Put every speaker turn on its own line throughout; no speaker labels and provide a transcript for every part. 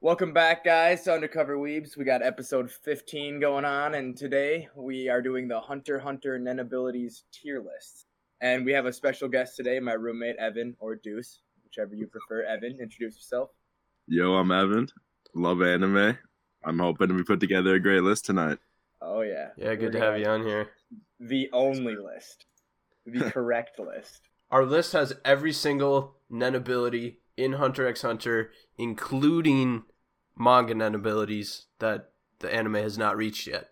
Welcome back, guys, to Undercover Weebs. We got episode 15 going on, and today we are doing the Hunter Hunter Nen Abilities tier list. And we have a special guest today, my roommate Evan or Deuce, whichever you prefer. Evan, introduce yourself.
Yo, I'm Evan. Love anime. I'm hoping we put together a great list tonight.
Oh, yeah.
Yeah,
We're
good to
gonna-
have you on here.
The only list, the correct list.
Our list has every single Nen ability in Hunter x Hunter, including manga Nen abilities that the anime has not reached yet.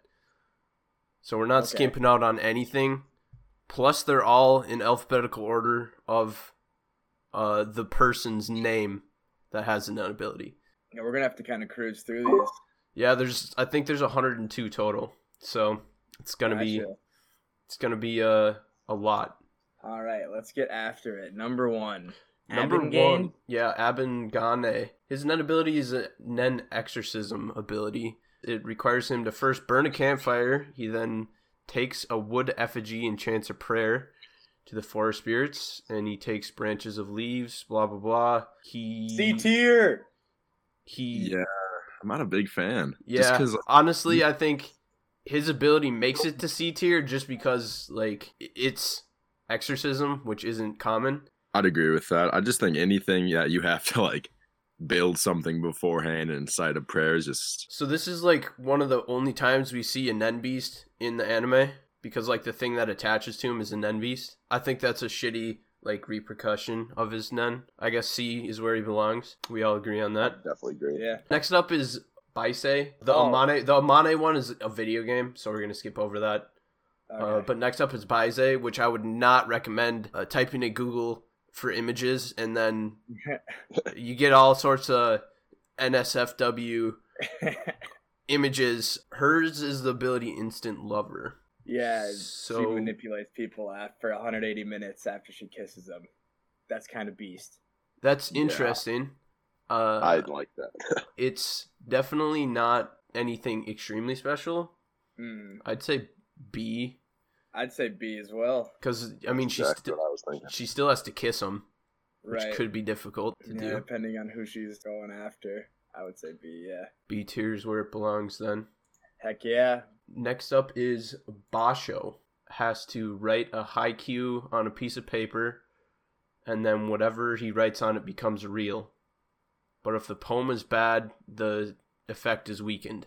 So we're not
Okay.
skimping out on anything. Plus, they're all in alphabetical order of uh, the person's name that has a Nen ability.
Yeah, we're gonna have to kind of cruise through these.
Yeah, there's I think there's 102 total. So it's gonna be
Gotcha.
it's gonna be a a lot.
All right, let's get after it. Number one.
Number
Abingane.
one, yeah, Abin Gane. His Nen ability is a Nen exorcism ability. It requires him to first burn a campfire. He then takes a wood effigy and chants a prayer to the forest spirits, and he takes branches of leaves. Blah blah blah. He
C tier.
he
Yeah, I'm not a big fan.
Yeah.
because
honestly, I think his ability makes it to C tier just because like i- it's exorcism, which isn't common.
I'd agree with that. I just think anything that you have to like build something beforehand and incite a prayer is just
So this is like one of the only times we see a Nen beast in the anime because like the thing that attaches to him is a Nen beast. I think that's a shitty like repercussion of his Nen. I guess C is where he belongs. We all agree on that.
definitely agree.
Yeah.
Next up is Baisei. The
Oh.
Amane the Amane one is a video game, so we're gonna skip over that. Uh,
Okay.
but next up is Baize, which I would not recommend uh, typing in Google for images, and then you get all sorts of NSFW images. Hers is the ability Instant Lover.
yeah. she
so
manipulates people after 180 minutes after she kisses them. That's kind of beast.
that's
Yeah.
interesting. Uh,
like that.
It's definitely not anything extremely special.
Mm,
I'd say B,
I'd say B as well.
because I mean she sti-
I was thinking.
she still has to kiss him, which
Right.
could be difficult to
Yeah,
do.
depending on who she's going after, I would say B. Yeah.
B tier's where it belongs then.
Heck yeah.
Next up is Basho has to write a haiku on a piece of paper, and then whatever he writes on it becomes real. But if the poem is bad, the effect is weakened.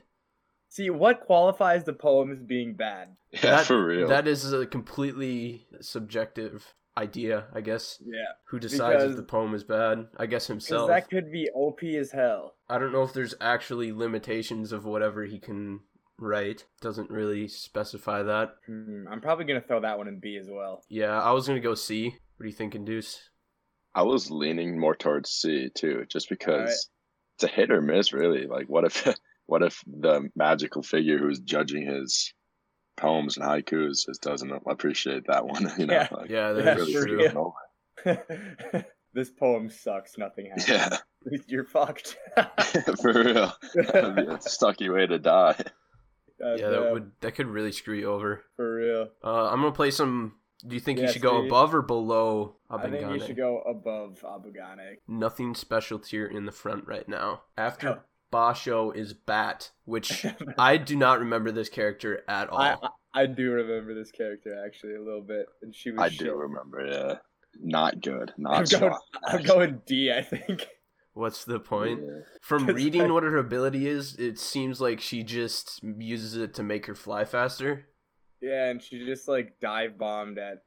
See what qualifies the poem as being bad.
Yeah,
That-
for real.
That is a completely subjective idea, I guess.
Yeah.
Who decides
Because-
if the poem is bad? I guess
Because
himself.
that could be OP as hell.
I don't know if there's actually limitations of whatever he can write. Doesn't really specify that.
Hmm, I'm probably gonna throw that one in B as well.
Yeah, I was gonna go C. What do you think, Induce?
I was leaning more towards C too, just because it's a hit or miss, really. Like, what if, what if the magical figure who's judging his poems and haikus just doesn't appreciate that one? You know,
Yeah.
like,
Yeah,
it
that
Yeah,
is
for
really
true.
real.
screwed over.
this poem sucks. Nothing happens.
Yeah,
You're fucked.
for real. That'd be a sucky way to die.
That's,
Yeah, that
uh,
would that could really screw you over.
for real.
Uh, I'm gonna play some. Do you think
Yeah,
you should go
see?
above or below
I think you
Abengane?
should go above Abugane.
Nothing special tier in the front right now. After
No.
Basho is Bat, which I do not remember this character at all.
I, I I do remember this character actually a little bit, and she was.
I
shit.
do remember. Yeah, not good.
I'm
Not
going-
strong.
I'm going D, I think.
What's the point?
Yeah.
From
'Cause
reading
I-
what her ability is, it seems like she just uses it to make her fly faster.
Yeah, and she just like dive bombed at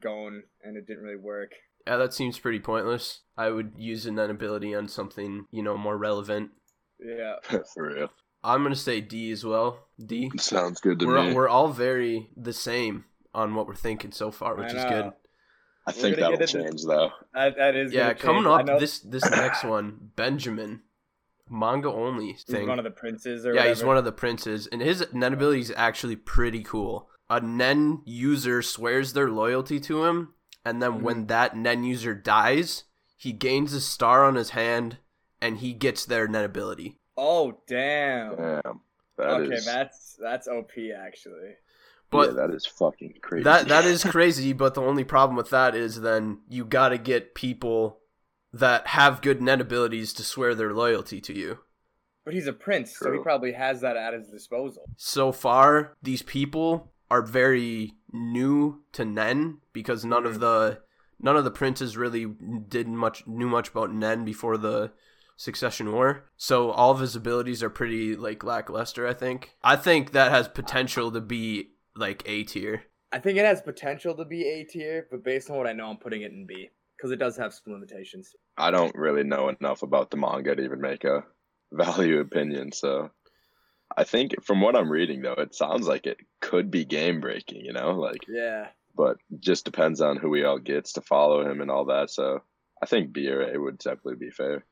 Gon, and it didn't really work.
Yeah, that seems pretty pointless. I would use an ability on something you know more relevant.
Yeah,
for real.
I'm gonna say D as well. D.
Sounds good to
we're,
me.
we're all very the same on what we're thinking so far,
I
which is
know.
good.
I
we're gonna
think that'll
get into-
change though.
uh, That, that is.
Yeah,
gonna
coming
change. I
up
know
this this next one, Benjamin, manga only
He's
thing.
one of the princes,
yeah,
or
he's one of the princes, and his nen ability is actually pretty cool. A nen user swears their loyalty to him, and then
Mm.
when that nen user dies, he gains a star on his hand, and he gets their nen ability.
Oh damn.
Damn. that is
okay, that's that's OP actually.
But
yeah, that is fucking crazy.
That that is crazy, but the only problem with that is then you got to get people that have good net abilities to swear their loyalty to you.
But he's a prince, so he
True.
probably has that at his disposal.
So far, these people are very new to Nen because none of the none of the princes really did much knew much about Nen before the Succession War. So all of his abilities are pretty like lackluster, I think. I think that has potential to be like A tier.
I think it has potential to be A tier, but based on what I know, I'm putting it in B because it does have some limitations.
I don't really know enough about the manga to even make a value opinion. So I think from what I'm reading though, it sounds like it could be game breaking, you know, like
Yeah,
but just depends on who he all gets to follow him and all that. So I think B or A would definitely be fair.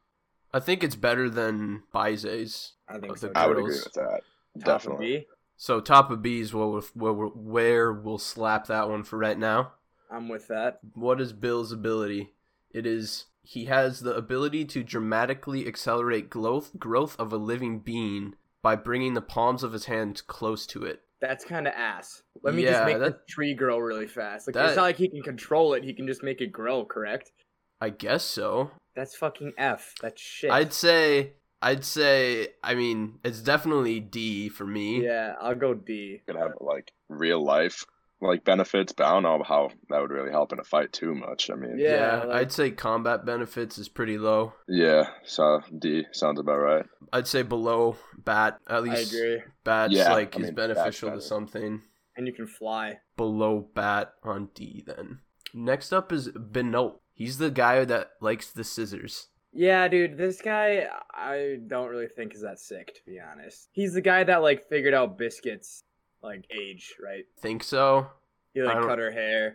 I think it's better than Baize's.
I think
Oh,
so.
the
I would
too.
agree
Turtles.
with that.
Top of
definitely.
B,
So top of B is where we'll, where, we'll, where we'll slap that one for right now.
I'm with that.
What is Bill's ability? It is he has the ability to dramatically accelerate growth growth of a living being by bringing the palms of his hands close to it.
That's kind of ass. Let me
Yeah,
just make the
that-
tree grow really fast. Like
that-
it's not like he can control it; he can just make it grow. Correct?
I guess so.
That's fucking F. That's shit.
I'd say I'd say I mean it's definitely D for me.
yeah, I'll go D.
Could have like real life like benefits, but I don't know how that would really help in a fight too much. I mean,
Yeah, like-
I'd say combat benefits is pretty low.
yeah. So D sounds about right.
I'd say below bat at
I
least
agree.
bat's
Yeah,
like
I
is
mean, bat's
beneficial to
better.
something.
And you can fly.
below bat on D then. Next up is Benoit. He's the guy that likes the scissors.
Yeah, dude, this guy I don't really think is that sick to be honest. He's the guy that like figured out biscuits like age, right?
Think so?
He
I
like
don't-
cut her hair.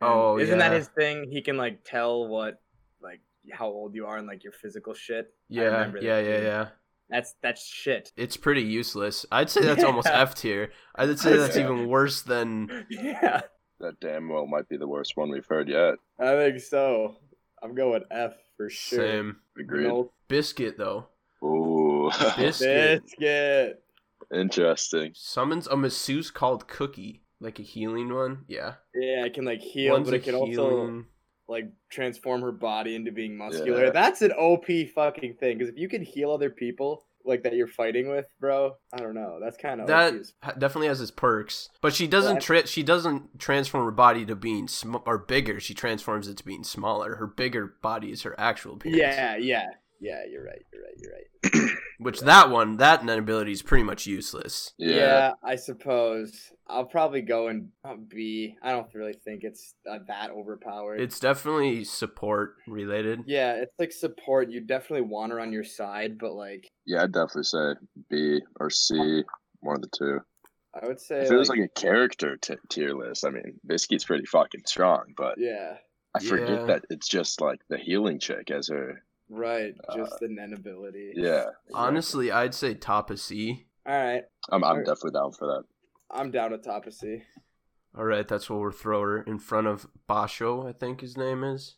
and
Oh,
isn't
yeah.
that his thing? He can like tell what like how old you are and like your physical shit. I
Yeah,
remember
yeah,
that
yeah,
dude.
yeah.
That's that's shit.
It's pretty useless. I'd say that's almost
Yeah.
F tier. I'd say
I'd
that's
say-
even worse than
yeah,
That damn well might be the worst one we've heard yet.
I think so. I'm going F for
Sim.
Agreed.
Biscuit though.
Ooh,
Biscuit
biscuit.
interesting.
summons a masseuse called Cookie, like a healing one. Yeah,
Yeah, it can like heal,
One's
but
a
it can also
healing-
like transform her body into being muscular.
Yeah.
That's an OP fucking thing. Because if you can heal other people like that you're fighting with, bro, I don't know. That's kind of
that ha- definitely has its perks, but she doesn't.
Well,
Tra- she doesn't transform her body to being sm- or bigger. She transforms it to being smaller. Her bigger body is her actual appearance.
yeah, yeah, yeah. You're right. You're right. You're right.
Which that one, that nun ability is pretty much useless.
Yeah,
Yeah.
I suppose I'll probably go and B. I don't really think it's uh, that overpowered.
It's definitely support related.
yeah, it's like support. You definitely want her on your side, but like
yeah, I'd definitely say B or C, one of the two.
I would say,
If it was like a character t- tier list, I mean, Biscuit's pretty fucking strong, but
yeah,
I forget
Yeah.
that it's just like the healing chick as her.
right,
Uh,
just the Nen ability.
Yeah,
Honestly, I'd say top of C.
All right,
I'm, I'm
Or-
definitely down for that.
I'm down with Tapa C.
All right, that's what we're throwing her in front of Basho. I think his name is.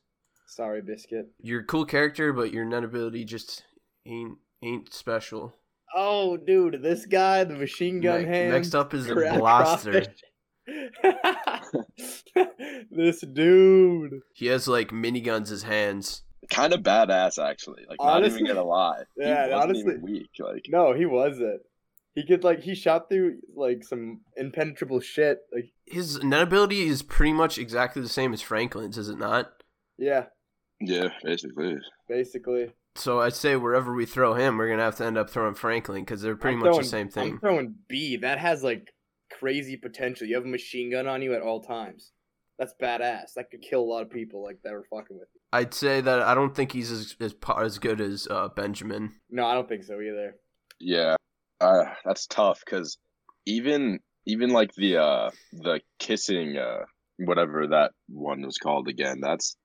Sorry, biscuit.
You're a cool character, but your nun ability just ain't ain't special.
Oh, dude, this guy, the machine gun
Ne-
hand.
Next up is the
cra-
blaster.
crawfish. this dude.
He has like miniguns as hands.
Kind of badass, actually. Like, not
Honestly-
even gonna lie. He
Yeah,
wasn't
honestly-
even weak. Like,
No, he wasn't. He could like he shot through like some impenetrable shit. Like
His net ability is pretty much exactly the same as Franklin's, is it not?
yeah,
yeah, basically.
basically.
So I'd say wherever we throw him, we're gonna have to end up throwing Franklin because they're pretty
I'm
much
throwing-
the same
I'm
thing.
throwing B. That has like crazy potential. You have a machine gun on you at all times. That's badass. That could kill a lot of people like that were fucking with you.
I'd say that I don't think he's as as, po- as good as uh, Benjamin.
No, I don't think so either.
Yeah, uh, that's tough because even even like the uh the kissing uh whatever that one was called again, that's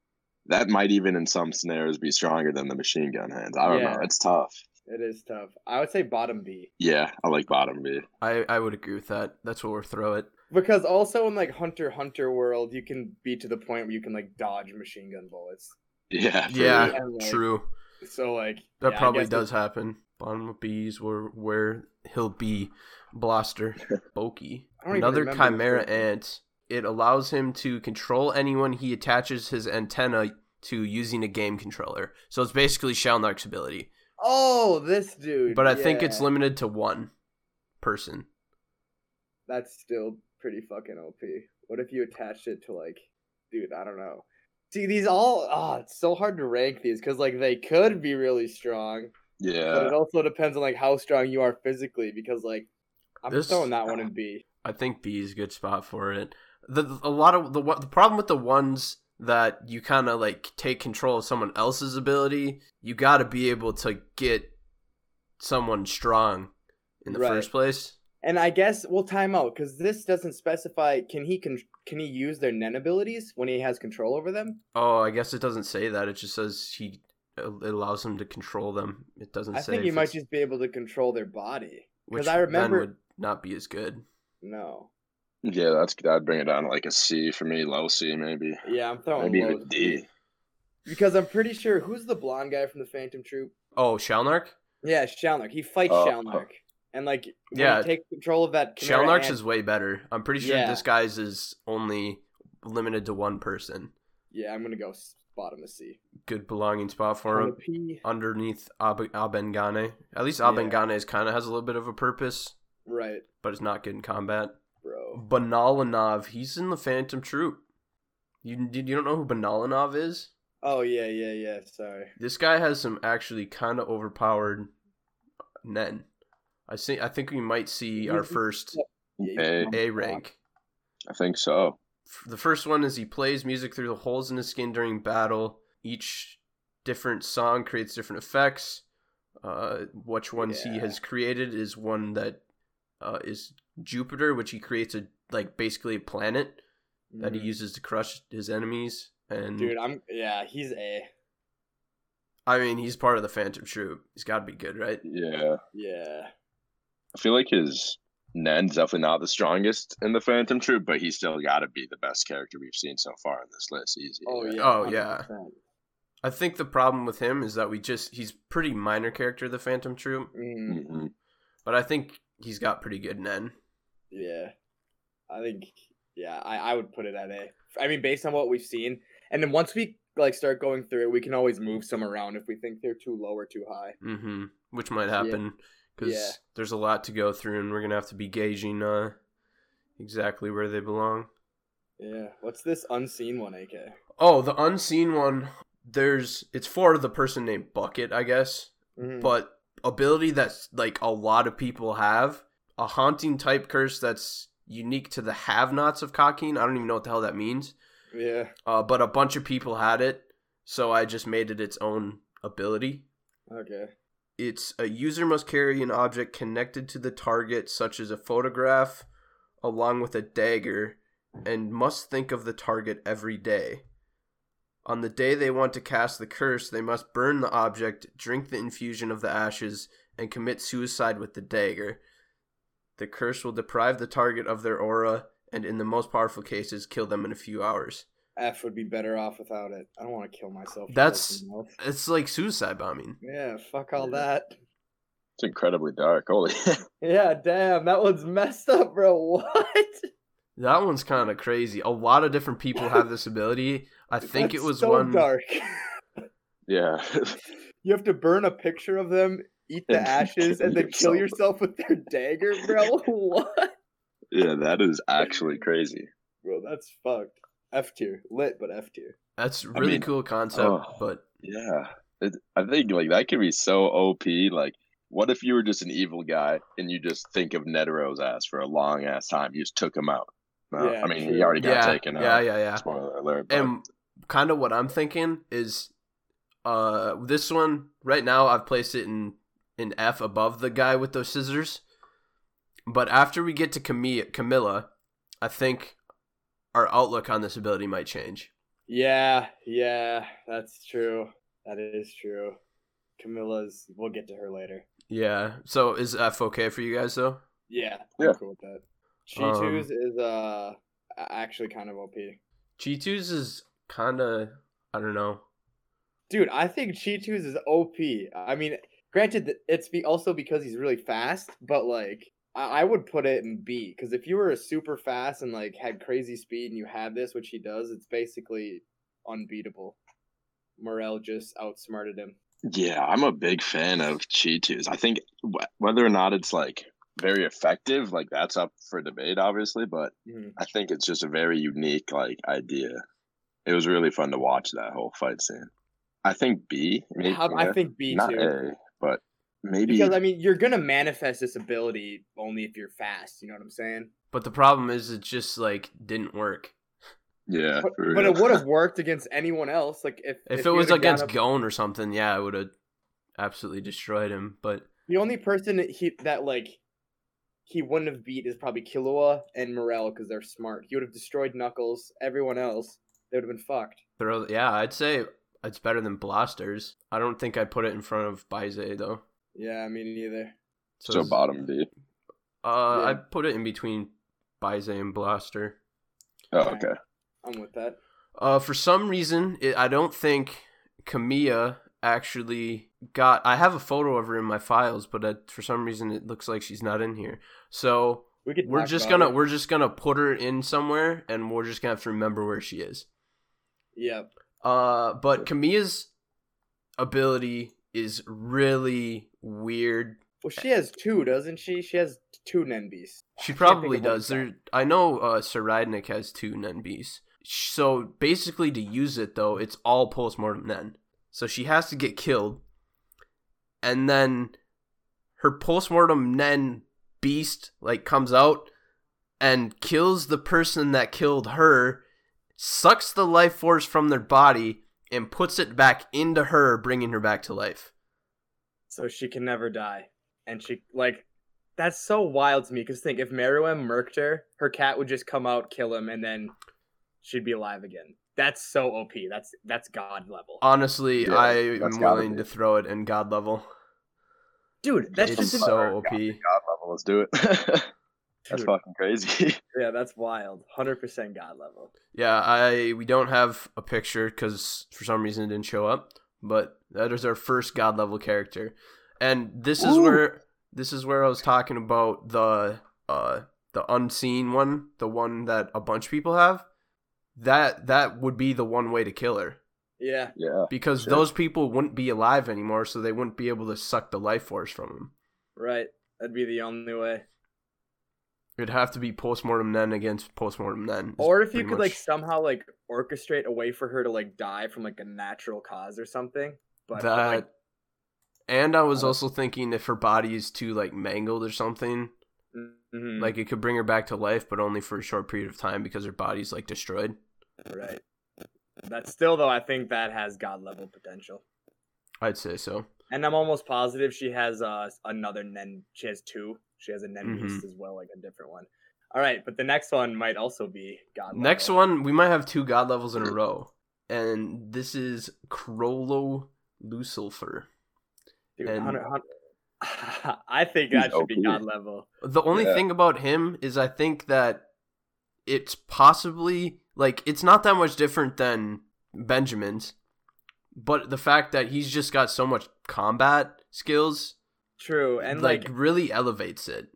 that might even in some scenarios be stronger than the machine gun hands. I don't
Yeah.
know. It's tough.
It is tough. I would say bottom B.
Yeah, I like bottom B.
I I would agree with that. That's where we're throw it.
Because also in like Hunter x Hunter world, you can be to the point where you can like dodge machine gun bullets.
Yeah. for
Yeah.
real.
And, like,
True.
So like
That
yeah, I
probably
guess
does happen. Bottom of B's where where he'll be blaster Boki.
I don't even
Another
remember this
chimera
person.
ant. It allows him to control anyone he attaches his antenna to using a game controller. So it's basically Shalnark's ability.
Oh, this dude.
But I think
yeah.
it's limited to one person.
that's still pretty fucking OP. What if you attached it to like, dude, I don't know. See, these all ah, it's so hard to rank these because like they could be really strong, but
Yeah.
it also depends on like how strong you are physically. Because like, I'm
This-
throwing that one in B.
I think B is a good spot for it. The a lot of the one- the problem with the ones that you kind of like take control of someone else's ability, you got to be able to get someone strong in the
Right.
first place.
And I guess we'll time out because this doesn't specify. Can he con- can he use their nen abilities when he has control over them?
Oh, I guess it doesn't say that. It just says he it allows him to control them. It doesn't
I
say
think
if
he might
it's-
just be able to control their body.
which
I
then
remember-
would not be as good.
No.
Yeah, that's that'd bring it down to like a C for me, low C maybe.
Yeah, I'm throwing
Maybe even
Oh, low
a D.
because I'm pretty sure who's the blonde guy from the Phantom Troop.
Oh, Shalnark?
Yeah, Shalnark. He fights
Oh,
Shalnark. And like when
Yeah.
he takes control of that Chimera
Shalnark's
ant-
is way better. I'm pretty sure
Yeah.
this guy's is only limited to one person.
Yeah, I'm gonna go s- bottom of C.
Good belonging spot for
On a
him.
P.
underneath Ab- Abengane. At least
Yeah.
Abengane is kind of has a little bit of a purpose,
Right,
but it's not good in combat.
bro.
Banalinov, he's in the Phantom Troop. You you don't know who Banalinov is?
Oh yeah, yeah, yeah. Sorry.
This guy has some actually kind of overpowered Nen. I see. I think we might see our first
Yeah,
A.
you-
A rank.
I think so.
F- The first one is he plays music through the holes in his skin during battle. Each different song creates different effects. Uh, which ones he
Yeah.
has created is one that uh, is Jupiter, which he creates a like basically a planet that he
Mhm.
uses to crush his enemies. And
Dude, I'm yeah. He's A.
I mean, he's part of the Phantom Troop. He's got to be good, right?
Yeah.
Yeah.
I feel like his Nen's definitely not the strongest in the Phantom Troop, but he's still gotta be the best character we've seen so far in this list. Easy.
Oh yeah.
Oh, yeah.
100%.
I think the problem with him is that we just he's pretty minor character of the Phantom Troop,
Mm,
hmm
but I think he's got pretty good Nen.
yeah. I think yeah. I I would put it at A. I mean, based on what we've seen, and then once we like start going through it, we can always move some around if we think they're too low or too high.
Mm-hmm. Which might
Yeah.
happen because
Yeah.
there's a lot to go through, and we're gonna have to be gauging uh, exactly where they belong.
Yeah. What's this unseen one, AK?
Oh, the unseen one. There's it's for the person named Bucket, I guess,
Mhm.
but ability that's like a lot of people have a haunting type curse that's unique to the have-nots of Cockeen. I don't even know what the hell that means,
yeah.
uh, but a bunch of people had it, so I just made it its own ability.
Okay.
it's a user must carry an object connected to the target, such as a photograph, along with a dagger, and must think of the target every day. On the day they want to cast the curse, they must burn the object, drink the infusion of the ashes, and commit suicide with the dagger. The curse will deprive the target of their aura, and in the most powerful cases, kill them in a few hours.
F would be better off without it. I don't want to kill myself. for
That's-
something else.
It's like suicide bombing.
yeah. Fuck all
Yeah.
that.
It's incredibly dark. Holy
Yeah. Damn, that one's messed up, bro. What?
That one's kind of crazy. A lot of different people have this ability. I think
That's
it was
so
one.
dark.
Yeah.
you have to burn a picture of them, eat the
And
ashes,
kill
and then kill
yourself.
yourself with their dagger, bro. what?
yeah, that is actually crazy.
Bro, that's fucked. F tier, lit, but F tier.
That's really
mean,
cool concept,
oh.
but
Yeah, it, I think like that could be so OP. Like, what if you were just an evil guy and you just think of Nedero's ass for a long ass time? You just took him out. No,
Yeah,
I mean
true.
he already got
yeah,
taken
yeah,
out.
yeah, yeah.
Spoiler alert. but-
And kind of what I'm thinking is, uh, this one right now I've placed it in in F above the guy with those scissors, but after we get to Camille, Camilla, I think our outlook on this ability might change.
Yeah, yeah, that's true. That is true. Camilla's, we'll get to her later.
Yeah. So is F okay for you guys though?
Yeah,
Yeah.
I'm cool with that.
Um,
G2's is uh a- actually kind of OP.
G2's is kind of I don't know.
Dude, I think G2's is OP. I mean, granted, th- it's be also because he's really fast, but like I, I would put it in B because if you were super fast and like had crazy speed and you had this, which he does, it's basically unbeatable. Morel just outsmarted him.
Yeah, I'm a big fan of Cheetos. I think wh- whether or not it's like very effective, like that's up for debate, obviously, but
Mhm.
I think it's just a very unique like idea. It was really fun to watch that whole fight scene. I think B, maybe,
How- I think B
not
too.
A, but maybe
Because I mean, you're gonna manifest this ability only if you're fast. You know what I'm saying?
But the problem is, it just like didn't work.
yeah,
But,
for
but
real.
it would have worked against anyone else. Like if if
If, it
you
was
would've gone
against
up-
Gone or something, yeah, I would have absolutely destroyed him. But
the only person that he that like he wouldn't have beat is probably Killua and Morel because they're smart. He would have destroyed Knuckles. Everyone else, they would have been fucked.
throw, yeah, I'd say it's better than Blasters. I don't think I put it in front of Baize though.
Yeah, me neither.
so
it's-
bottom B.
Uh,
Yeah.
I put it in between Baize and Blaster.
Oh,
Fine.
okay.
I'm with that.
Uh, for some reason, it, I don't think Camilla actually got. I have a photo of her in my files, but uh for some reason, it looks like she's not in here. So
We could.
we're
talk
just
about
gonna
it.
we're just gonna put her in somewhere, and we're just gonna have to remember where she is.
Yeah.
Uh, but Camilla's ability is really weird.
Well, she has two, doesn't she? She has two Nenbis. I
She
can't think
probably
of what
does.
it's called.
There, I know uh, Saridnik has two Nen beasts. So basically, to use it though, it's all postmortem Nen. So she has to get killed, and then her postmortem Nen beast like comes out and kills the person that killed her, sucks the life force from their body, and puts it back into her, bringing her back to life.
so she can never die. And she like that's so wild to me because think if Meruem murked her, her cat would just come out, kill him, and then she'd be alive again. That's so OP. That's that's god level.
Uh, Honestly,
Yeah,
I
that's
am
gotta
willing
be.
to throw it in God level.
Dude, that's
it's
just
some-
so OP.
God level, let's do it. That's
Dude,
fucking crazy.
yeah, that's wild. Hundred percent god level.
Yeah, I we don't have a picture because for some reason it didn't show up, but that is our first god level character, and this is
Ooh.
where this is where I was talking about the uh the unseen one, the one that a bunch of people have. That that would be the one way to kill her
Yeah.
Yeah,
because
Sure.
those people wouldn't be alive anymore, so they wouldn't be able to suck the life force from them.
Right. That'd be the only way.
It'd have to be postmortem Nen against postmortem Nen. is
Or if you
pretty
could
much-
like somehow like orchestrate a way for her to like die from like a natural cause or something. But
that
like,
and i was
Uh,
also thinking if her body is too like mangled or something
mhm,
like it could bring her back to life but only for a short period of time because her body's like destroyed
right. That's still though I think that has god level potential.
i'd say so
And I'm almost positive she has uh, another Nen. She has two. She has a Nen
Mhm.
beast as well, like a different one. All right, but the next one might also be God.
next
level.
one we might have two god levels in
Mm.
a row and this is crollo lucifer
Dude,
and-
hundred- hun- I think that should be
He's
God
OP.
level.
the only
Yeah.
thing about him is i think that it's possibly like it's not that much different than benjamin's but the fact that he's just got so much combat skills
True, and like,
really elevates it.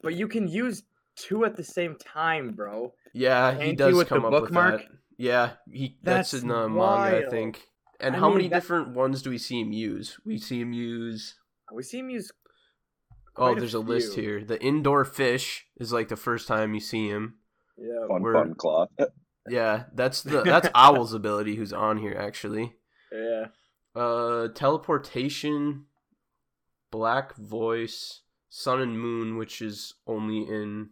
but you can use two at the same time, bro.
Yeah, he
Tanky
does
with
come
the
up
bookmark?
with that. Yeah, he that's,
That's
in the manga, I
wild.
think. And
I
how
mean,
many
that-
different ones do we see him use? We see him use.
We see him use.
Oh,
quite
there's a, list
few.
here. The indoor fish is like the first time you see him.
Yeah,
fun,
we're-
fun cloth.
Yeah, that's the that's Owl's ability who's on here actually.
yeah.
Uh, teleportation, black voice, sun and moon, which is only in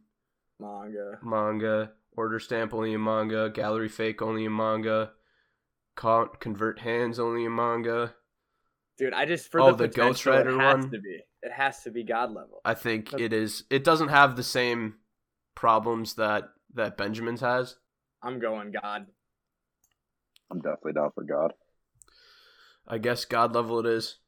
Manga.
manga, order stamp only in manga, gallery fake only in manga, con- convert hands only in manga.
Dude, I just for
Oh,
the,
the Ghost
potential, it
Rider
has
one?
to be. It has to be God level.
I think
Yep.
it is. It doesn't have the same problems that that Benjamin's has.
I'm going God.
I'm definitely down for God.
I guess God level it is.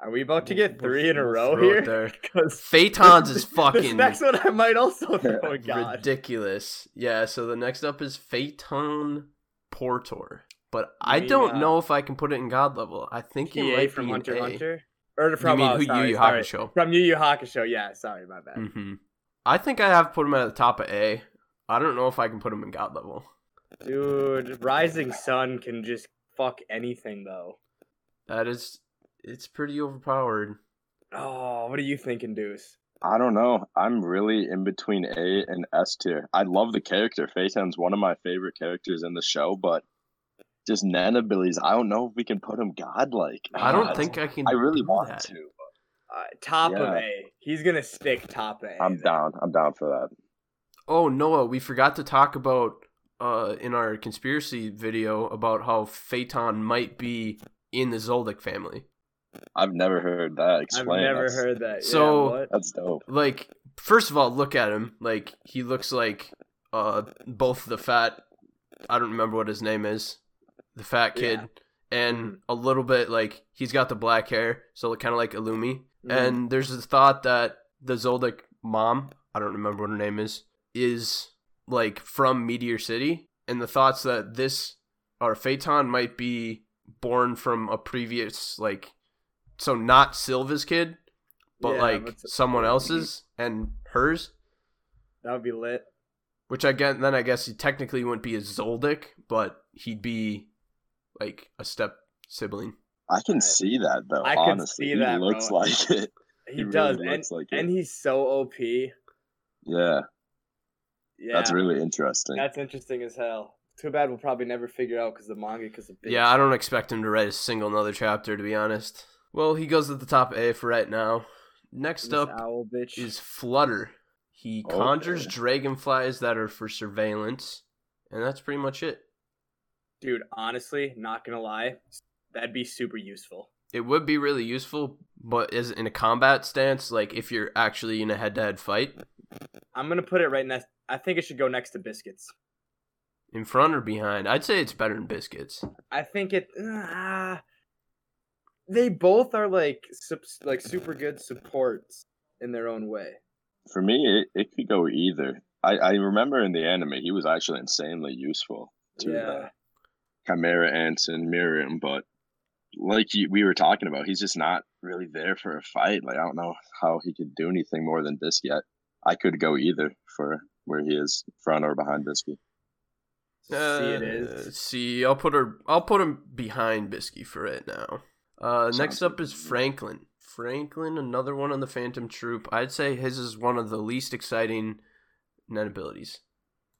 Are we about to get
We'll-
three in a
we'll
row
throw it
here?
There.
Because
Phaetons is
This
fucking
next one I might also throw a God.
ridiculous. Yeah. So the next up is Phaeton Portor, but I
mean,
don't
uh,
know if I can put it in God level. I think it
PA
might
from
be an
Hunter
A.
x Hunter, or
You
from
mean
uh,
who
sorry,
Yu Yu
sorry.
Hakusho?
From Yu Yu Hakusho, yeah. Sorry, my bad.
hmm I think I have put him at the top of A. I don't know if I can put him in God level.
Dude, Rising Sun can just fuck anything though.
That is, It's pretty overpowered.
Oh, what are you thinking, Deuce?
I don't know. I'm really in between A and S tier. I love the character. Phaeton's one of my favorite characters in the show, but just Nana Billy's. I don't know if we can put him godlike.
I don't
God.
think I can.
I really
do
want
that.
to.
Uh, top of
Yeah.
A. He's gonna stick top A.
I'm down. I'm down for that.
Oh, Noah, we forgot to talk about uh in our conspiracy video about how Phaeton might be in the Zoldyck family.
I've never heard that
I've
explained.
never
that's,
heard that.
So-
yeah, what?
That's dope.
Like, first of all, look at him. Like, he looks like uh both the fat I don't remember what his name is, the fat kid,
Yeah.
and
Mhm.
a little bit like he's got the black hair, so kind of like Illumi.
Mhm.
And there's this thought that the Zoldyck mom, I don't remember what her name is, is like from Meteor City, and the thoughts that this or Phaeton might be born from a previous like, so not Silva's kid, but
Yeah,
like
but-
someone else's and hers.
that would be lit.
Which I get. Then I guess he technically wouldn't be a Zoldyck, but he'd be like a step sibling.
I can
I-
see that though.
I can
honestly,
see
he
that,
looks
bro.
like it.
He,
really
does,
looks like
and,
it.
and he's so OP. Yeah,
yeah, that's
that's,
really interesting.
interesting as hell. Too bad we'll probably never figure out because the manga, because the
Yeah, I don't expect him to write a single another chapter, to be honest. Well, he goes at the top A for right now. Next
this
up
owl bitch.
is Flutter. He
Okay.
conjures dragonflies that are for surveillance, and that's pretty much it.
Dude, honestly, not gonna lie, that'd be super useful.
It would be really useful, but is in a combat stance, like if you're actually in a head-to-head fight,
I'm gonna put it right next. I think it should go next to biscuits.
in front or behind. I'd say it's better than biscuits.
I think it. ah, they both are like subs- like super good supports in their own way.
For me, it, it could go either. I, I remember in the anime, he was actually insanely useful to
Yeah.
uh, Chimera Ants and Miriam, but like you, we were talking about, he's just not really there for a fight. Like I don't know how he could do anything more than Biscuit. I, I could go either for where he is, front or behind Biscuit.
See, it
Uh,
is.
See, I'll put her. I'll put him behind Bisky for it now. Uh,
Sounds
next up is
good.
Franklin. Franklin, another one on the Phantom Troop. I'd say his is one of the least exciting net abilities.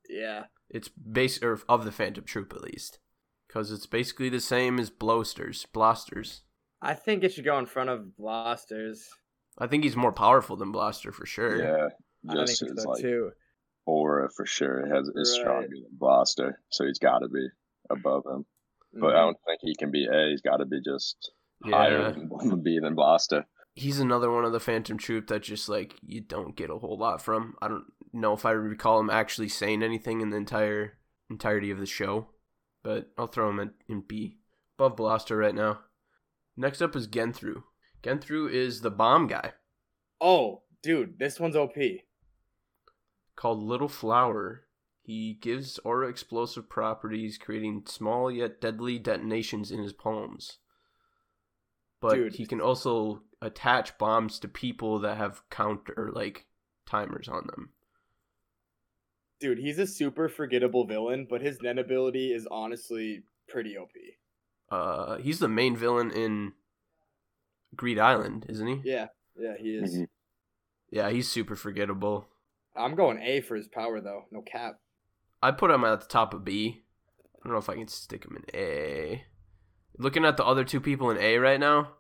Yeah,
It's base or of the Phantom Troop at least, because it's basically the same as Blosters. Blasters.
I think it should go in front of blasters.
I think he's more powerful than Blaster for sure.
Yeah,
I
just
think
his
so
like
too.
aura for sure has is
Right.
stronger than Blaster, so he's got to be above him. But
Mm-hmm.
I don't think he can be A. He's got to be just higher
Yeah.
than B than Blaster.
he's another one of the Phantom Troop that just like you don't get a whole lot from. I don't know if I recall him actually saying anything in the entire entirety of the show, but I'll throw him at, in B above Blaster right now. Next up is Genthru. Genthru is the bomb guy
Oh, dude, this one's OP.
called Little Flower. He gives aura explosive properties, creating small yet deadly detonations in his palms. But
Dude.
he can also attach bombs to people that have counter like timers on them.
Dude, he's a super forgettable villain, but his Nen ability is honestly pretty OP.
Uh, he's the main villain in Greed Island, isn't he?
Yeah, yeah, he is.
Mhm.
Yeah, he's super forgettable.
Mm-hmm.
I'm going A for his power though. No cap.
I put him at the top of B. I don't know if I can stick him in A. Looking at the other two people in A right now,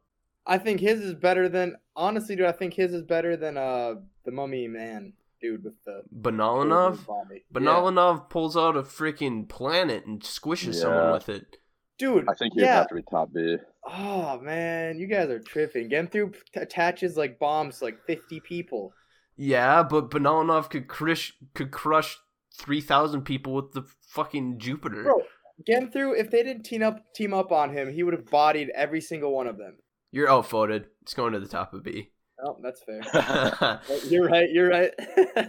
I think his is better than honestly, dude. I think his is better than uh the mummy man dude with the
Banalinov.
body. Yeah.
Banalinov pulls out a freaking planet and squishes someone
Yeah.
with it.
dude.
I think he'd
yeah.
have to be top B.
Oh man, you guys are tripping. Genthru p- attaches like bombs to, like 50 people.
Yeah, but Banalinov could crush could crush three thousand people with the fucking Jupiter.
Bro. Genthru, if they didn't team up team up on him, he would have bodied every single one of them.
You're outvoted. It's going to the top of B.
Oh, that's fair. But You're right. You're right.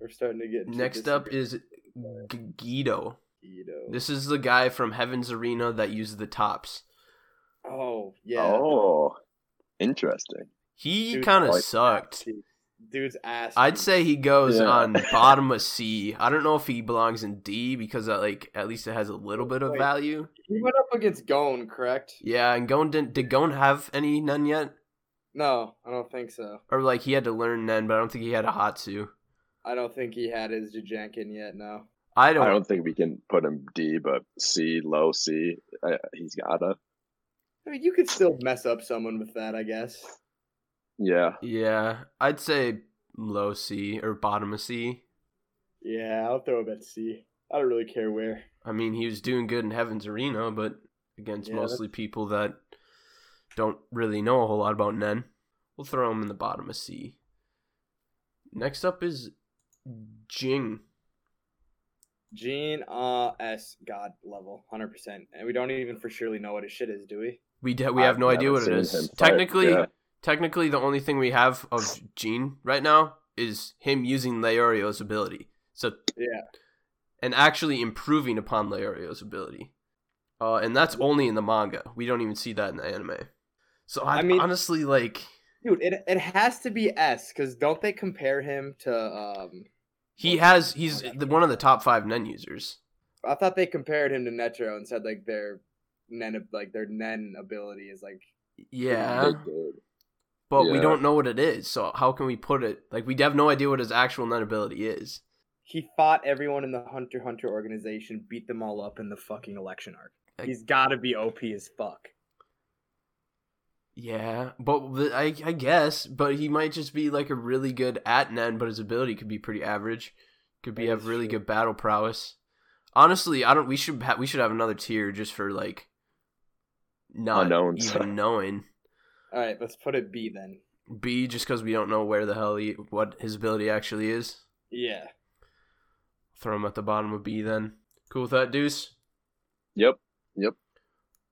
We're starting to get into
Next up
disagreements.
is G- Guido.
Guido.
This is the guy from Heaven's Arena that uses the tops.
Oh yeah.
Oh, interesting.
He
Dude,
kind
I
of
like
sucked.
Dude's ass.
I'd say he goes
Yeah.
on bottom of C. I don't know if he belongs in D because uh, like at least it has a little bit of
Wait.
value.
he went up against Gone, correct?
Yeah, and Gon didn't did Gon have any Nen yet?
No, I don't think so.
Or like he had to learn Nen, but I don't think he had a Hatsu.
I don't think he had his Jajankin yet. No.
I don't.
I don't think we can put him D, but C, low C. Uh, he's gotta.
I mean, you could still mess up someone with that, I guess.
Yeah.
Yeah, I'd say low C or bottom of C.
Yeah, I'll throw him at C. I don't really care where.
I mean, he was doing good in Heaven's Arena, but against
Yeah, that's-
mostly people that don't really know a whole lot about Nen. We'll throw him in the bottom of C. Next up is Jing.
Gene uh, S God level, hundred percent, and we don't even for surely know what his shit is, do we?
We de- we
I've
have no idea
never
what it
seen
is.
him fight,
Technically,
yeah.
technically, the only thing we have of Gene right now is him using Leorio's ability. So
Yeah.
and actually improving upon Leorio's ability. Uh, and that's only in the manga. We don't even see that in the anime. So I,
I mean-
honestly like
Dude, it it has to be S because don't they compare him to? um
he has he's the, one of the top five Nen users.
I thought they compared him to Netro and said like their nen like their nen ability is like
Yeah,
Big dude.
but we
Yeah.
don't know what it is. So how can we put it? Like we have no idea what his actual Nen ability is.
he fought everyone in the Hunter x Hunter organization, beat them all up in the fucking election arc.
I-
He's got to be OP as fuck.
Yeah, but the, I I guess, but he might just be like a really good at Nen, but his ability could be pretty average. Could be
That
have
is
really
true.
good battle prowess. Honestly, I don't. We should ha- we should have another tier just for like not
Unknowns.
even knowing
All right, let's put it B then.
B just because we don't know where the hell he what his ability actually is.
Yeah.
Throw him at the bottom of B then. Cool with that, Deuce.
Yep.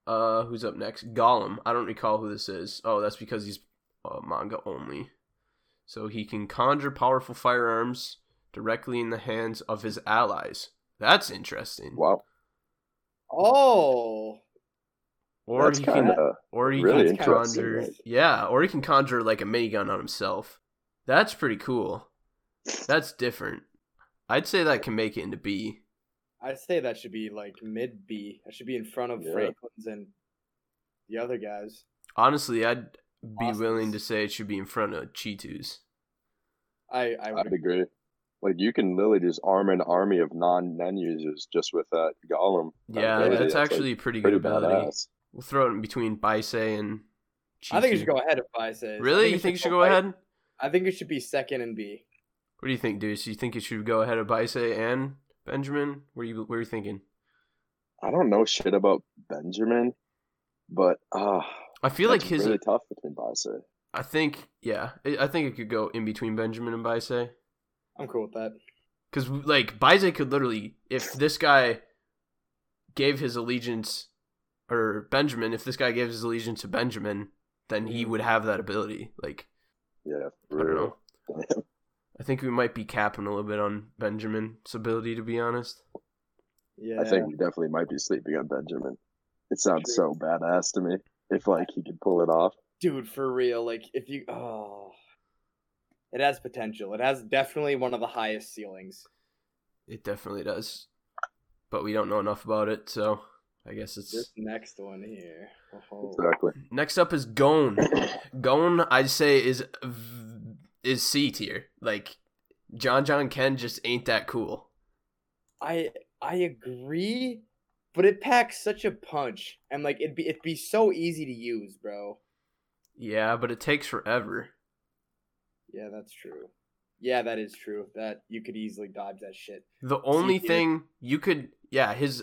Uh, who's up next? Gollum. I don't recall who this is. Oh, that's because he's uh, manga only. So he can conjure powerful firearms directly in the hands of his allies. That's interesting.
Wow.
Oh.
Or
That's
he
kind
can,
of.
or he
really
can
interesting,
conjure,
right?
yeah, or he can conjure like a minigun on himself. That's pretty cool. That's different. I'd say that can make it into B.
I'd say that should be like mid B. That should be in front of
Yeah.
Franklin's and the other guys.
Honestly, I'd be
Awesome.
willing to say it should be in front of Cheetos.
I I
I'd
would.
agree. Like you can literally just arm an army of non-Nen users just with that Gollum.
Oh, Yeah,
ability.
that's
like,
actually a pretty good
pretty
ability.
badass.
We'll throw it in between Bise and.
I think it should
Chisu.
go ahead of Bices.
Really, you think it should go ahead? What
I think it should be second and B.
do you think, Deuce? You think it should go ahead of Bise and Benjamin? What are you What are you thinking?
I don't know shit about Benjamin, but uh,
I feel like
that's
his.
really tough between Bison.
I think yeah. I I think it could go in between Benjamin and Bise
I'm cool with that.
because like Bise could literally, if this guy gave his allegiance, or Benjamin, if this guy gave his allegiance to Benjamin, then he would have that ability. Like
Yeah,
I don't know.
brutal.
I think we might be capping a little bit on Benjamin's ability, to be honest.
Yeah.
I think we definitely might be sleeping on Benjamin. It sounds
True.
so badass to me. If like he could pull it off,
dude, for real. Like, if you, oh, it has potential. It has definitely one of the highest ceilings.
It definitely does. But we don't know enough about it, so I guess
This
it's
next one here. Oh,
exactly.
next up is Gone. Gone, I'd say is v- is C tier. Like John John Ken just ain't that cool.
I I agree, but it packs such a punch, and like it'd be it'd be so easy to use, bro.
Yeah, but it takes forever.
Yeah, that's true. Yeah, that is true. That you could easily dodge that shit.
The only
tier.
thing you could yeah, his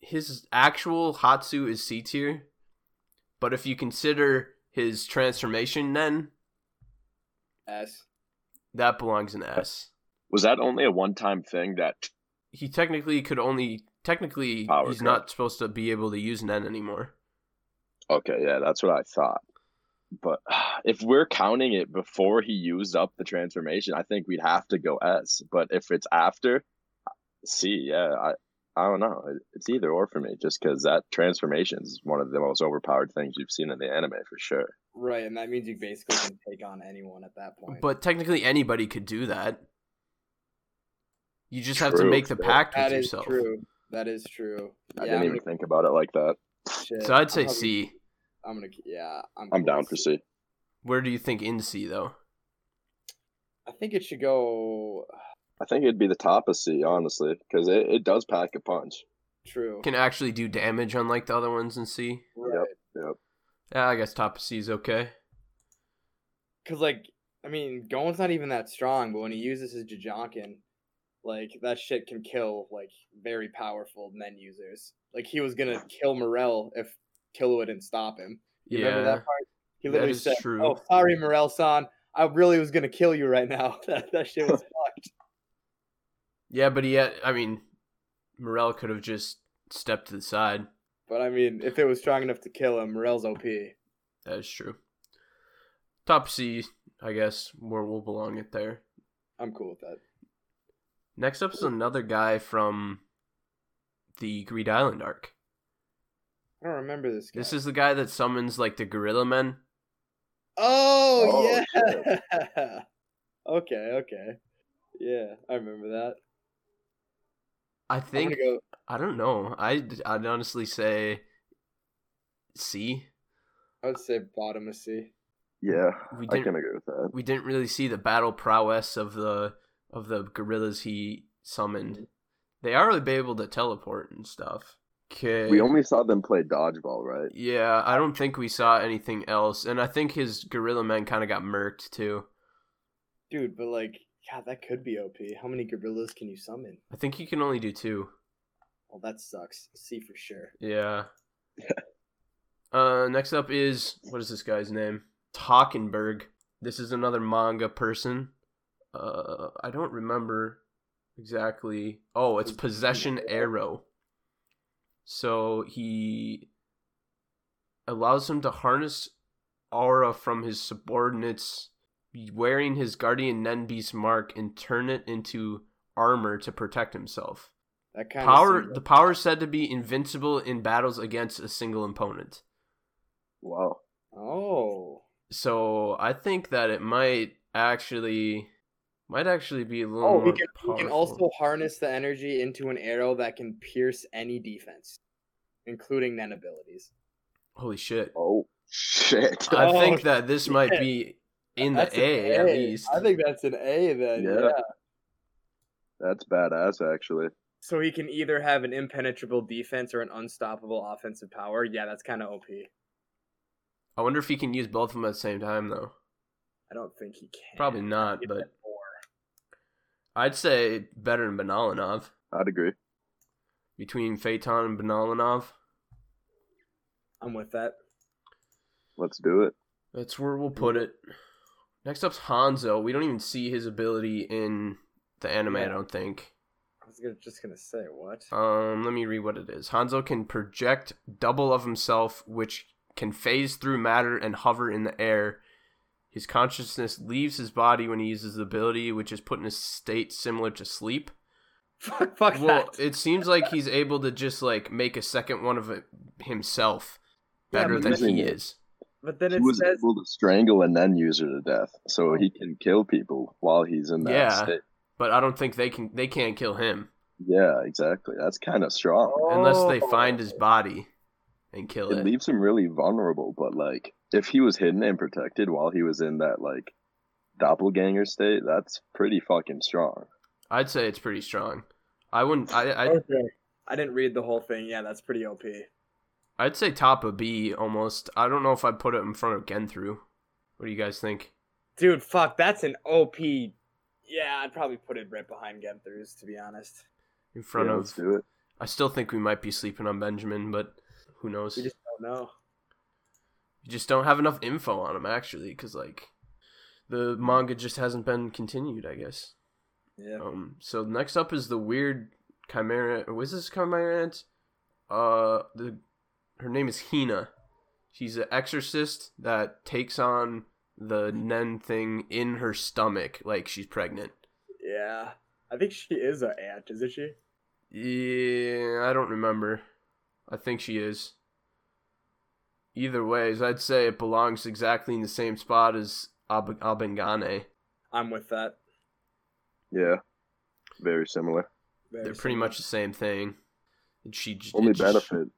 his actual Hatsu is C tier. But if you consider his transformation then
S.
that belongs in S.
Was that only a one-time thing that
he technically could only technically
Power
he's
cut.
not supposed to be able to use Nen anymore.
Okay, yeah, that's what I thought. But if we're counting it before he used up the transformation, I think we'd have to go S. But if it's after, C, yeah, I I don't know. It- It's either or for me, just because that transformation is one of the most overpowered things you've seen in the anime for sure.
Right, and that means you basically can take on anyone at that point.
But technically, anybody could do that. You just have to
True,
make the
fair.
pact
that
with
is
yourself.
true. That is true. yeah,
I didn't
I'm
even think about it like that.
gonna, shit,
So I'd say
I'm probably-
C.
I'm gonna. Yeah, I'm. going
I'm down
C.
for C.
Where do you think in C though?
I think it should go.
I think it'd be the top of C, honestly, because it, it does pack a punch.
True.
Can actually do damage, unlike the other ones in C.
Right.
Yep.
Yeah, I guess top of C is okay.
Because, like, I mean, Goen's not even that strong, but when he uses his Jajankin, like, that shit can kill, like, very powerful Nen users. Like, he was going to kill Morel if Killua didn't stop him. You remember that
Yeah,
part? He
That
literally
is
said,
true.
Oh, sorry, Morel san. I really was going to kill you right now. that, that shit was fucked.
yeah, but he had. I mean, Morel could have just stepped to the side.
But, I mean, if it was strong enough to kill him, Morel's OP.
That is true. Top C, I guess, where we'll belong it there.
I'm cool with that.
Next up is another guy from the Greed Island arc.
I don't remember this guy.
This is the guy that summons like the gorilla men.
Oh,
Oh,
yeah. okay, okay. Yeah, I remember that.
I
I'm
think
gonna go.
I don't know. I I'd honestly say C.
I would say bottom of C.
Yeah,
We
I
didn't-
can agree with that.
We didn't really see the battle prowess of the of the gorillas he summoned. They are able to teleport and stuff. Okay.
We only saw them play dodgeball, right?
Yeah, I don't think we saw anything else, and I think his gorilla man kind of got murked too.
Dude, but like, God, that could be OP. How many gorillas can you summon?
I think he can only do two.
Well, that sucks. C for sure.
Yeah. uh, next up is what is this guy's name? Talkenberg. This is another manga person. Uh, I don't remember exactly. Oh, it's Possession Arrow. So he allows him to harness aura from his subordinates wearing his guardian nen beast mark and turn it into armor to protect himself
That kind
power the power is said to be invincible in battles against a single opponent
Wow.
Oh,
so i think that it might actually might actually be a little
oh, he
more
can, he
powerful.
can also harness the energy into an arrow that can pierce any defense, including Nen abilities.
holy shit
Oh shit.
i
Oh,
think that this might be in the
That's an
a at least
I think that's an A then.
Yeah.
yeah.
That's badass, actually.
So he can either have an impenetrable defense or an unstoppable offensive power. Yeah, that's kind of OP. I
i wonder if he can use both of them at the same time though
don't think he can.
probably not
He's
but
at four.
i'd say better than banalinov
I'd agree.
between phaeton and banalinov
I'm with that.
Let's do it.
That's where we'll put
Mm.
it. Next up's Hanzo. We don't even see his ability in the anime, I
Yeah.
don't think.
I was gonna, just gonna say what?
Um, let me read what it is. Hanzo can project double of himself, which can phase through matter and hover in the air. His consciousness leaves his body when he uses the ability, which is put in a state similar to sleep.
Fuck, fuck
Well,
that.
it seems like he's able to just like make a second one of it himself
Yeah,
better
but
than he
then-
is.
But then
He
it
was
says
able to strangle and then use her to death, so he can kill people while he's in that
Yeah.
state.
But I don't think they can they can't kill him.
Yeah, exactly. That's kind of strong.
unless they
Oh.
find his body and kill
It
it.
leaves him really vulnerable, but like if he was hidden and protected while he was in that like doppelganger state, that's pretty fucking strong.
I'd say it's pretty strong. I wouldn't. I, I
Okay. I didn't read the whole thing. Yeah, that's pretty OP.
I'd say top of B almost. I don't know if I'd put it in front of Genthru. What do you guys think?
Dude, fuck, that's an OP. Yeah, I'd probably put it right behind Genthers to be honest.
In front
Yeah, let's
of.
do it.
I still think we might be sleeping on Benjamin, but who knows?
We just don't know.
you just don't have enough info on him actually, because like the manga just hasn't been continued. I guess.
Yeah.
Um. So next up is the weird chimera. Or was this chimera ant? Uh, the her name is Hina. She's an exorcist that takes on the Nen thing in her stomach, like she's pregnant.
Yeah. I think she is a ant, isn't she?
Yeah, I don't remember. I think she is. Either ways, I'd say it belongs exactly in the same spot as Ab- Abengane.
I'm with that.
Yeah, very similar.
Very
They're pretty
similar.
much the same thing. And she j-
Only
it just-
benefit,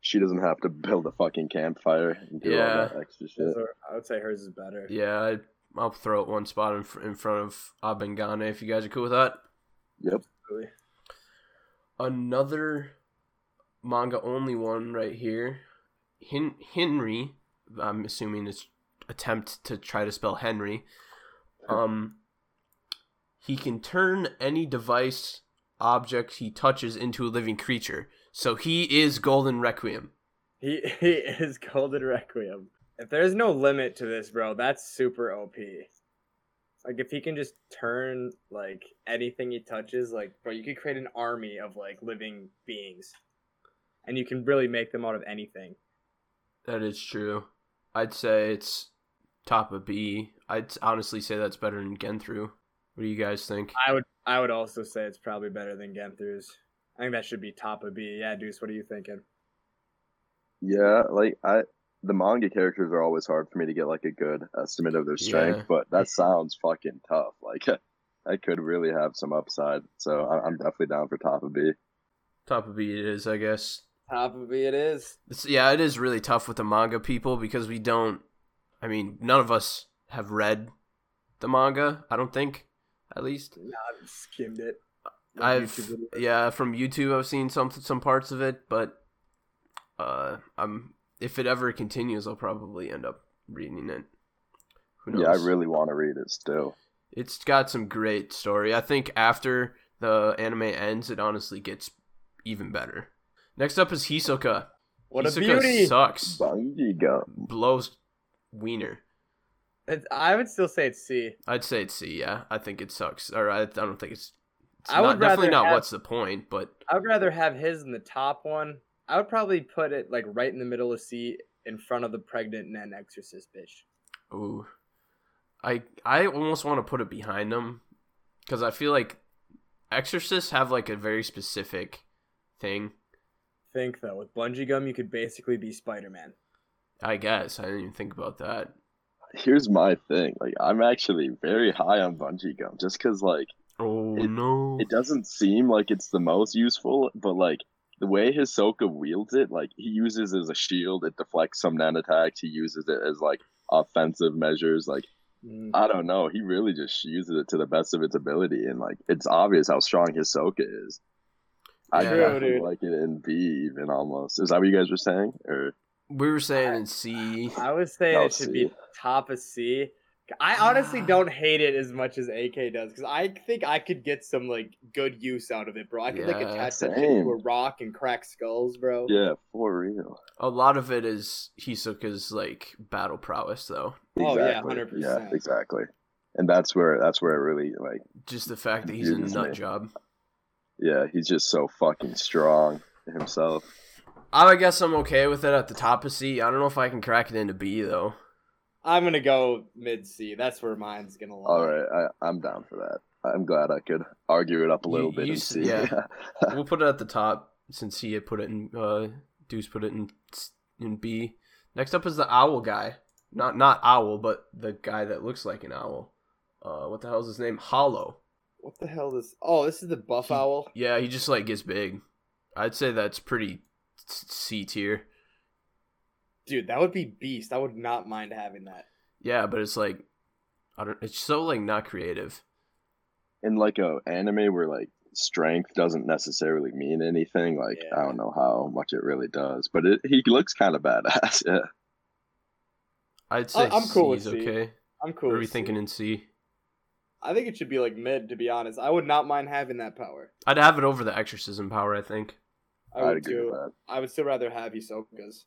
she doesn't have to build a fucking campfire and do
Yeah.
all that extra shit.
Hers are- I would say hers is better.
Yeah, I, I'll throw it one spot in, fr- in front of Abengane if you guys are cool with that.
Yep.
Really.
Another manga only one right here. Hin- Henry, I'm assuming it's attempt to try to spell Henry. Um, he can turn any device object he touches into a living creature. So he is Golden Requiem.
He he is Golden Requiem. If there's no limit to this, bro, that's super OP. Like if he can just turn like anything he touches, like bro, you could create an army of like living beings. And you can really make them out of anything.
That is true. I'd say it's top of B. I'd honestly say that's better than Genthru. What do you guys think?
I would I would also say it's probably better than Genthru's. I think that should be top of B. Yeah, Deuce, what are you thinking?
Yeah, like I, the manga characters are always hard for me to get like a good estimate of their strength,
Yeah.
but that sounds fucking tough. Like I could really have some upside, so I- I'm definitely down for top of B.
Top of B it is, I guess.
Top of B it is.
It's, yeah, it is really tough with the manga people because we don't. I mean, none of us have read the manga. I don't think, at least.
Nah, I've skimmed it.
I've
YouTube videos.
yeah from YouTube I've seen some some parts of it, but uh, I'm if it ever continues, I'll probably end up reading it. Who
Yeah, I really want to read it still.
It's got some great story. I think after the anime ends, it honestly gets even better. Next up is Hisoka.
What a
Hisoka
beauty!
sucks.
Bungie go.
Blows wiener.
It's- I would still say it's C.
I'd say it's C. Yeah, I think it sucks. Or I, I don't think it's. it's
I
not,
would
definitely
rather
not.
have-
What's the point? But
I would rather have his in the top one. I would probably put it like right in the middle of C in front of the pregnant Nen exorcist bitch.
ooh, I I almost want to put it behind them because I feel like exorcists have like a very specific thing.
Think though, with bungee gum, you could basically be Spider Man.
I guess I didn't even think about that.
Here's my thing. Like I'm actually very high on bungee gum, just because like
Oh
It-
no!
it doesn't seem like it's the most useful, but like the way Hisoka wields it, like he uses it as a shield, it deflects some nan attacks, he uses it as like offensive measures, like
Mm.
I don't know, he really just uses it to the best of its ability and like it's obvious how strong Hisoka is. I
Yeah. True,
definitely
dude.
like it in B even almost. Is that what you guys were saying? Or
We were saying in C.
I was saying
No,
it should be
C.
top of C. I honestly
Ah.
don't hate it as much as AK does because I think I could get some like good use out of it, bro. I could like
Yeah,
attach that shit
same.
to a rock and crack skulls, bro.
yeah, for real.
A lot of it is Hisoka's like battle prowess, though.
Oh, yeah,
Exactly.
100%.
Yeah, exactly. And that's where that's where it really like
Just the fact that he's a
Confuses
nut
me.
job.
yeah, he's just so fucking strong himself.
I guess I'm okay with it at the top of C. I don't know if I can crack it into B though.
I'm gonna go mid C. That's where mine's gonna lie.
All right, I, I'm down for that. I'm glad I could argue it up a
You-
little bit
you
and
s-
see.
yeah. we'll put it at the top since he had put it in. Uh, Deuce put it in s- in B. Next up is the owl guy. Not not owl, but the guy that looks like an owl. Uh, what the hell is his name? Hollow.
What the hell is? Oh, this is the buff
He-
owl.
Yeah, he just like gets big. I'd say that's pretty s- C tier.
Dude, that would be beast. I would not mind having that.
Yeah, but it's like I don't it's so like not creative.
In like a anime where like strength doesn't necessarily mean anything, like I
Yeah.
don't know how much it really does, but it, he looks kind of badass. Yeah,
I'd say
I'm cool with
C's
C.
okay.
I'm cool.
What are we
with C.
thinking in C?
I think it should be like mid, to be honest. I would not mind having that power.
I'd have it over the exorcism power, I think.
I would
I'd agree
do.
with that.
I would still rather have Hisoka's.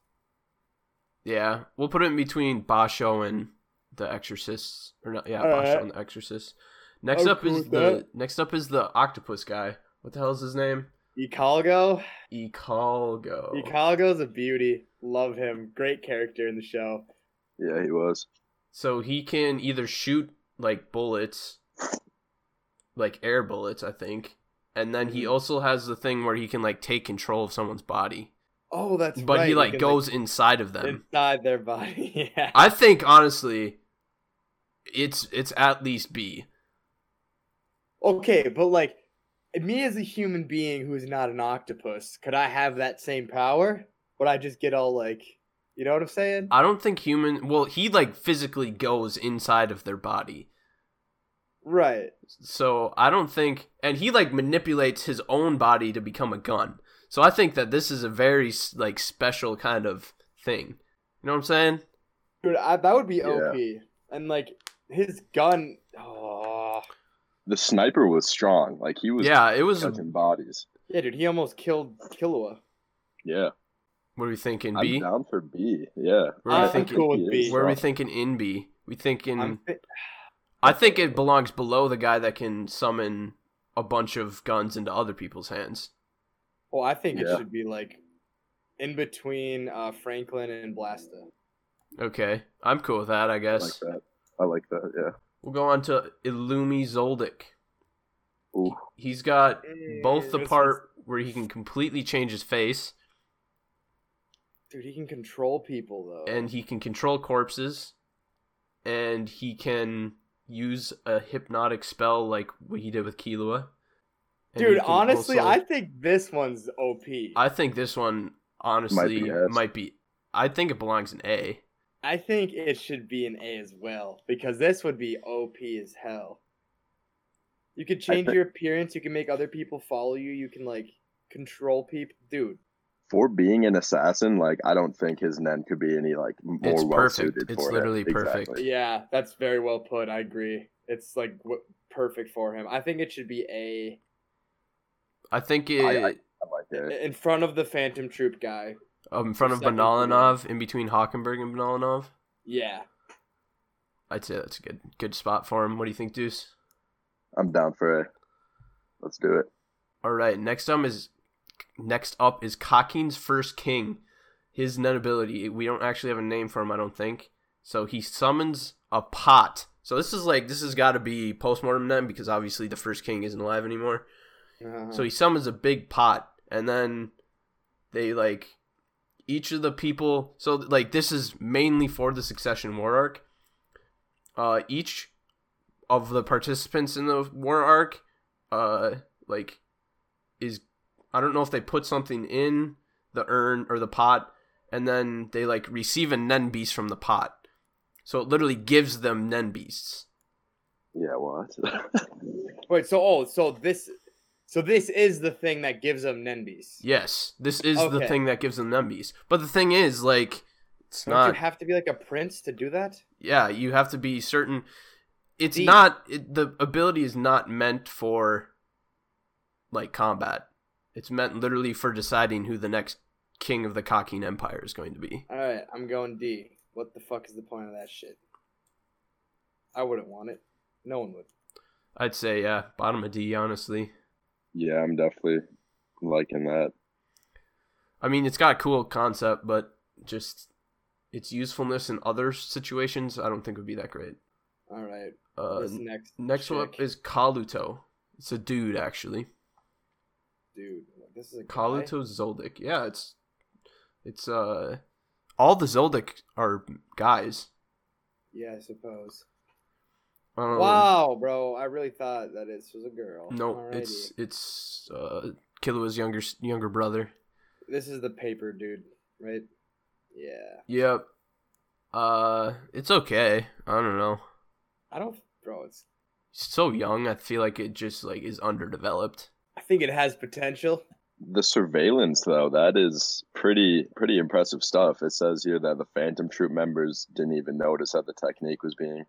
Yeah. We'll put it in between Basho and the Exorcists. Or not yeah, Basho
Alright.
and the Exorcist. Next
I'm
up
cool
is
with
the
that.
next up is the octopus guy. What the hell is his name?
Ikalgo.
Oh.
Ecalgo.
Ikalgo's a beauty. Love him. Great character in the show.
Yeah, he was.
So he can either shoot like bullets, like air bullets, I think, and then he
Mhm.
also has the thing where he can like take control of someone's body,
Oh, that's
but
right.
he like
because
goes inside of
they-
them.
inside their body. yeah.
I think honestly, it's it's at least B.
Okay, but like me as a human being who is not an octopus, could I have that same power? Would I just get all like, you know what I'm saying?
I don't think human. Well, he like physically goes inside of their body,
right.
so I don't think. And he like manipulates his own body to become a gun. So I think that this is a very s- like special kind of thing. You know what I'm saying?
Dude, I, that would be
Yeah.
OP. And like his gun. Oh.
The sniper was strong. Like he was
yeah, it was.
touching bodies.
Yeah, dude, he almost killed Killua.
Yeah.
What are we thinking?
i I'm
B.
down for B. Yeah.
Where are we
I'm
thinking?
cool with
he is
B.
Where are we
strong.
thinking in B? We thinking.
I'm thi-
I think it belongs below the guy that can summon a bunch of guns into other people's hands.
well, I think it
Yeah.
should be like in between uh, Franklin and Blasta.
Okay, I'm cool with that. I
I
guess
like that. I like that. Yeah.
we'll go on to Illumi Zoldic.
Ooh.
He's got both the
This is-
part where he can completely change his face
Dude, he can control people though.
and he can control corpses, and he can use a hypnotic spell like what he did with Kilua. And he
Dude,
can
honestly,
also-
I think this one's OP.
I think this one honestly
S.
might be. I think it belongs in A.
I think it should be an A as well because this would be OP as hell. You could change
thi-
your appearance. You can make other people follow you. You can like control people, dude.
For being an assassin, like I don't think his Nen could be any like more
It's
well
perfect.
suited
It's
for
literally
it.
perfect.
Exactly.
Yeah, that's very well put. I agree. It's like w- perfect for him. I think it should be A
I think it
I- I like it.
in front of the Phantom Troop guy.
um, in front of
second
Banalinov, in between Hockenberg and Banalinov.
Yeah,
I'd say that's a good good spot for him. What do you think, Deuce?
I'm down for it. Let's do it.
All right, next up is next up is Cockin's first king. His net ability. We don't actually have a name for him, I don't think. So he summons a pot. So this is like this has got to be postmortem then because obviously the first king isn't alive anymore.
Uh-huh.
So he summons a big pot, and then they like each of the people. So like this is mainly for the succession war arc. Uh, each of the participants in the war arc, uh, like is I don't know if they put something in the urn or the pot, and then they like receive a nen beast from the pot. So it literally gives them nen beasts.
Yeah, what?
wait. So oh, so this, so this is the thing that gives him Nenbis.
Yes, this is the
Okay.
thing that gives them nen beasts. But the thing is, like, it's
Don't
not.
you have to be like a prince to do that?
yeah you have to be certain it's
Deep.
not it, the ability is not meant for like combat it's meant literally for deciding who the next king of the Kakin empire is going to be
All right, I'm going D. What the fuck is the point of that shit? I wouldn't want it. No one would.
i'd say yeah bottom of d honestly
yeah, I'm definitely liking that.
i mean it's got a cool concept but just its usefulness in other situations i don't think would be that great
All right,
uh,
this next
next one up
chick-
is kaluto it's a dude actually
dude. what, This is a guy?
Kaluto Zoldic. Yeah, it's it's uh all the Zoldic are guys.
Yeah, I suppose.
Um,
wow, bro, I really thought that this was a girl.
No,
Alrighty.
it's it's uh Killua's younger s- younger brother.
this is the paper dude, right? Yeah,
Yep. Uh, it's okay. I don't know.
I don't, bro. It's.
He's so young. I feel like it just like is underdeveloped.
I think it has potential.
The surveillance though, that is pretty pretty impressive stuff. It says here that the Phantom Troop members didn't even notice that the technique was being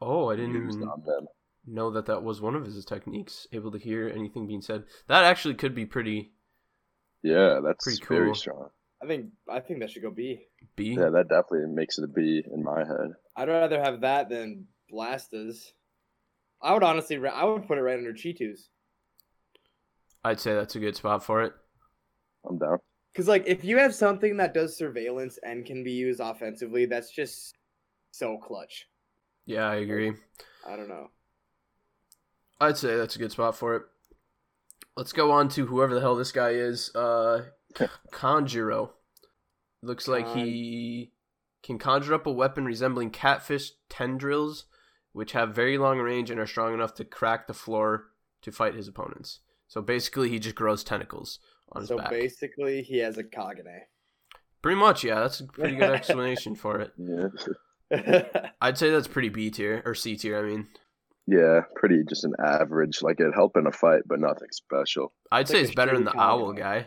Oh, I didn't
used
even
on them.
know that that was one of his techniques. Able to hear anything being said. That actually could be pretty
Yeah, that's
Pretty cool.
very strong.
I think. I think that should go B.
B.
Yeah, that definitely makes it a B in my head.
I'd rather have that than Blasta's. I would honestly. ra- I would put it right under Cheetos.
I'd say that's a good spot for it.
I'm down.
Because like if you have something that does surveillance and can be used offensively, that's just so clutch.
Yeah, I agree.
I don't know.
I'd say that's a good spot for it. Let's go on to whoever the hell this guy is. Uh, Conjuro. Looks like he can conjure up a weapon resembling catfish tendrils, which have very long range and are strong enough to crack the floor to fight his opponents. So basically, he just grows tentacles on his
So
back.
basically, he has a Kagane.
pretty much, yeah. That's a pretty good explanation for it.
Yeah.
I'd say that's pretty B tier or C tier. I mean,
Yeah, pretty just an average. Like it'd help in a fight, but nothing special.
I'd
It's
say
like
it's
a
better than the
shitty
owl
combo.
guy.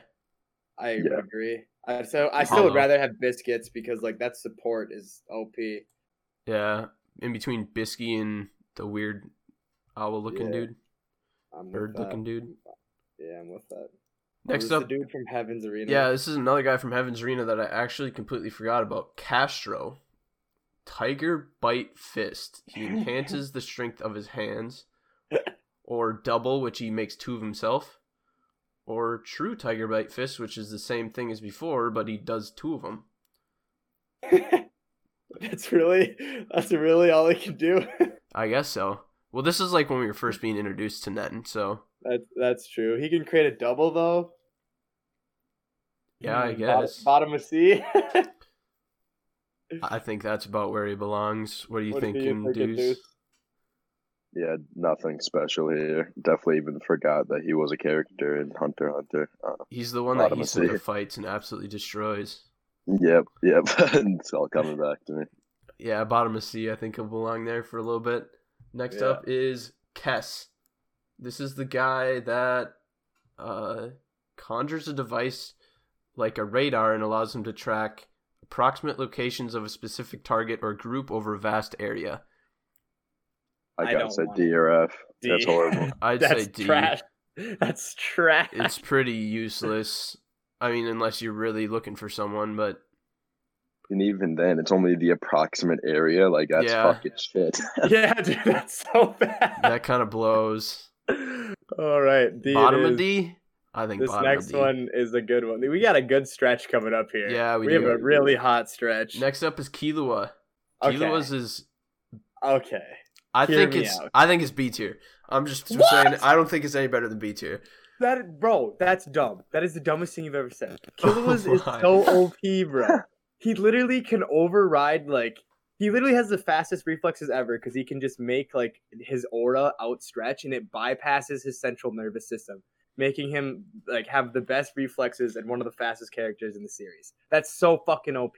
I
Yeah.
agree. I, so I still would
Hollow.
rather have biscuits because like that support is OP.
Yeah, in between Bisky and the weird owl looking
Yeah.
dude,
I'm with
bird looking
that.
dude.
Yeah, I'm with that. Oh,
Next
this is
up,
the dude from Heaven's Arena.
yeah, this is another guy from Heaven's Arena that I actually completely forgot about. Castro, Tiger Bite Fist. He enhances the strength of his hands, or double, which he makes two of himself, or True Tiger Bite Fist, which is the same thing as before, but he does two of them.
that's really that's really all he can do.
I guess so. Well, this is like when we were first being introduced to Nen, so
that's that's true. He can create a double though.
yeah, I
Hmm,
guess.
bottom, bottom of C.
I think that's about where he belongs. What are you
What do you
thinking,
thinking,
Deuce?
Deuce?
Yeah, nothing special here. Definitely even forgot that he was a character in Hunter x Hunter. Uh,
He's the one that
Bottom
he
of
sort
sea.
of fights and absolutely destroys.
yep, yep. it's all coming back to me.
Yeah, bottom of C. I think he'll belong there for a little bit. Next
Yeah.
up is Kess. This is the guy that uh, conjures a device like a radar and allows him to track approximate locations of a specific target or group over a vast area.
I
I gotta
don't
say
want it.
DRF. That's
D.
horrible.
I'd
that's
say D.
trash. That's trash.
It's pretty useless. I mean, unless you're really looking for someone, but
And even then, it's only the approximate area. Like that's
Yeah.
fucking shit.
yeah, dude, that's so bad.
that kind of blows.
All right, D it
bottom
is.
of D. I think
This
bottom
next
of D.
one is a good one. We got a good stretch coming up here.
Yeah, we
we have
do.
a really hot stretch.
Next up is Kilua.
Okay.
Kilua's is
Okay.
I
Hear
think
me
it's
out.
I think it's B tier. I'm just
What?
saying I don't think it's any better than B tier.
That bro, that's dumb. That is the dumbest thing you've ever said. Killua's is
Oh my.
so OP, bro. He literally can override like he literally has the fastest reflexes ever because he can just make like his aura outstretch and it bypasses his central nervous system, making him like have the best reflexes and one of the fastest characters in the series. That's so fucking OP.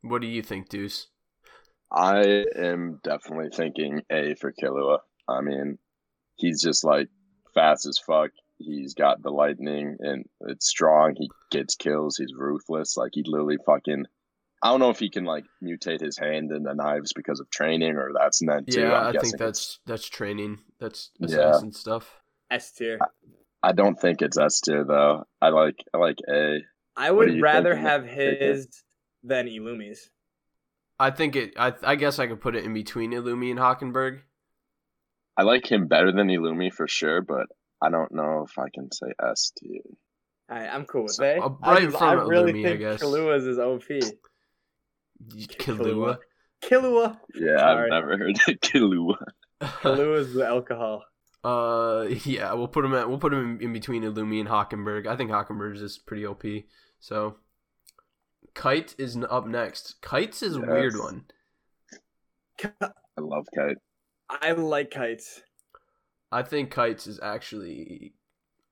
What do you think, Deuce?
I am definitely thinking A for Killua. I mean, he's just like fast as fuck. He's got the lightning and it's strong. He gets kills. He's ruthless. Like he literally fucking. I don't know if he can like mutate his hand and the knives because of training or that's meant too.
yeah,
I'm
I think
guessing it's-
that's that's training. That's
Yeah.
assassin stuff.
S tier.
I don't think it's S tier though. I like I like A.
I
What do
would
you
rather
think,
have
Nick?
his than Illumi's.
I think it I I guess I could put it in between Illumi and Hockenberg.
I like him better than Illumi for sure, but I don't know if I can say S tier.
All right, I'm cool with
So,
that.
uh, right
I,
in
just-
front
I
of
really
Illumi, I
think
guess.
Killua's is OP.
Kilua.
Killua.
Yeah,
Sorry.
I've never heard of Killua.
Kahlua is the alcohol.
Uh, yeah, we'll put him at we'll put him in, in between Illumi and Hockenberg. I think Hockenberg's is pretty OP. So, Kite is n- up next. Kites is a weird
Yes.
one.
I love Kite.
I like kites.
I think Kites is actually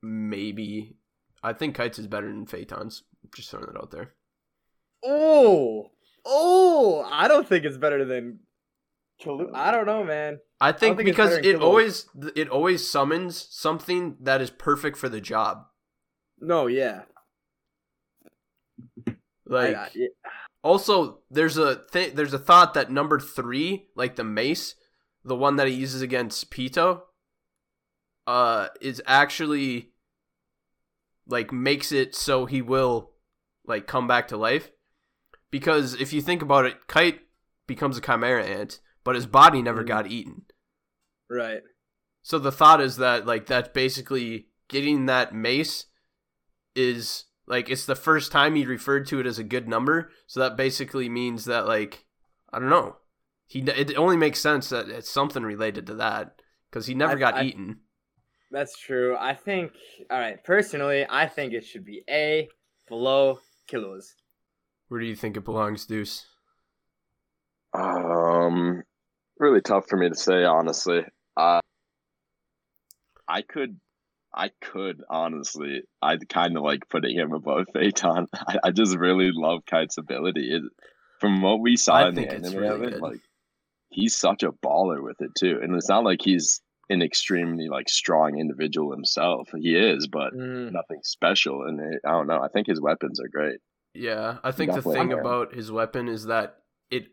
maybe. I think Kites is better than Phaetons. Just throwing that out there.
Oh, oh! I don't think it's better than Kahlua. I don't know, man.
I think,
think it's
because
better
it
than Killua.
always it always summons something that is perfect for the job.
No, yeah. I-
Like
I- yeah.
Also, there's a th- there's a thought that number three, like the mace, the one that he uses against Pito, uh, is actually like makes it so he will like come back to life. Because if you think about it, Kite becomes a chimera ant, but his body never
Mhm.
got eaten.
right.
So the thought is that like that's basically getting that mace is like it's the first time he referred to it as a good number. So that basically means that like I don't know. He it only makes sense that it's something related to that because he never
I-
got
I-
eaten.
That's true. I think. All right. Personally, I think it should be A below kilos.
Where do you think it belongs, Deuce?
Um, really tough for me to say honestly. Uh, I could, I could honestly, I kind of like putting him above Phaeton. I, I just really love Kite's ability. It, from what we saw
I
in the
think it's
anime,
really
of it,
good.
like he's such a baller with it too. And it's not like he's an extremely like strong individual himself. He is, but
Mm-hmm.
Mm.
nothing special. And it, I don't know. I think his weapons are great.
Yeah, I think the
Definitely.
thing
Okay.
about his weapon is that it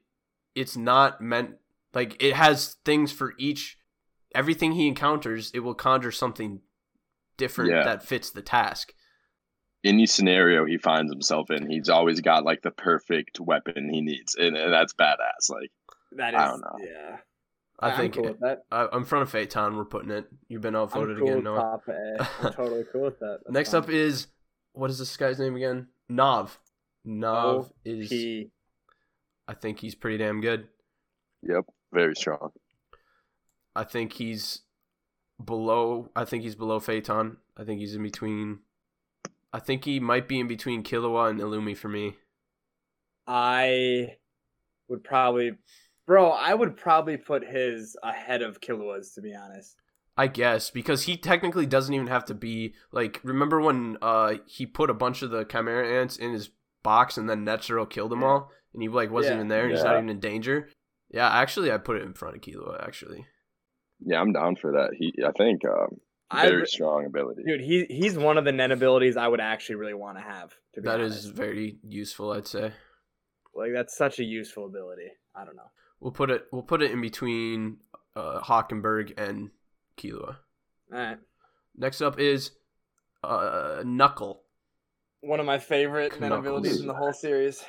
it's not meant like it has things for each everything he encounters, it will conjure something different
Yeah.
that fits the task.
any scenario he finds himself in, he's always got like the perfect weapon he needs, and, and that's badass. Like,
That is.
I don't know.
Yeah.
I
I'm
think
cool with that.
I, I'm in front of Phaeton. We're putting it. You've been
I'm
outvoted
cool
again,
with
Noah.
top A. I'm totally cool with that. That's
Next
fine.
up is what is this guy's name again? Nav. Nav is
P.
I think he's pretty damn good.
yep, very strong.
I think he's below. I think he's below Phaeton. I think he's in between. I think he might be in between Killua and Illumi for me.
I would probably, bro. I would probably put his ahead of Killua's to be honest.
I guess because he technically doesn't even have to be like. Remember when uh he put a bunch of the Chimera ants in his box and then Netero killed them
Yeah.
all and he like wasn't
Yeah.
even there. and He's not
Yeah.
even in danger. Yeah, actually, I put it in front of Killua. Actually,
Yeah, I'm down for that. He, I think, um,
I
very
re-
strong ability.
dude, he he's one of the Nen abilities I would actually really want to have. To be
that is
honest.
very useful. I'd say
like that's such a useful ability. I don't know.
we'll put it. We'll put it in between uh, Hockenberg and
All
Killua.
right.
Next up is uh, Knuckle.
One of my favorite Nen
Knuckles.
abilities in the whole series.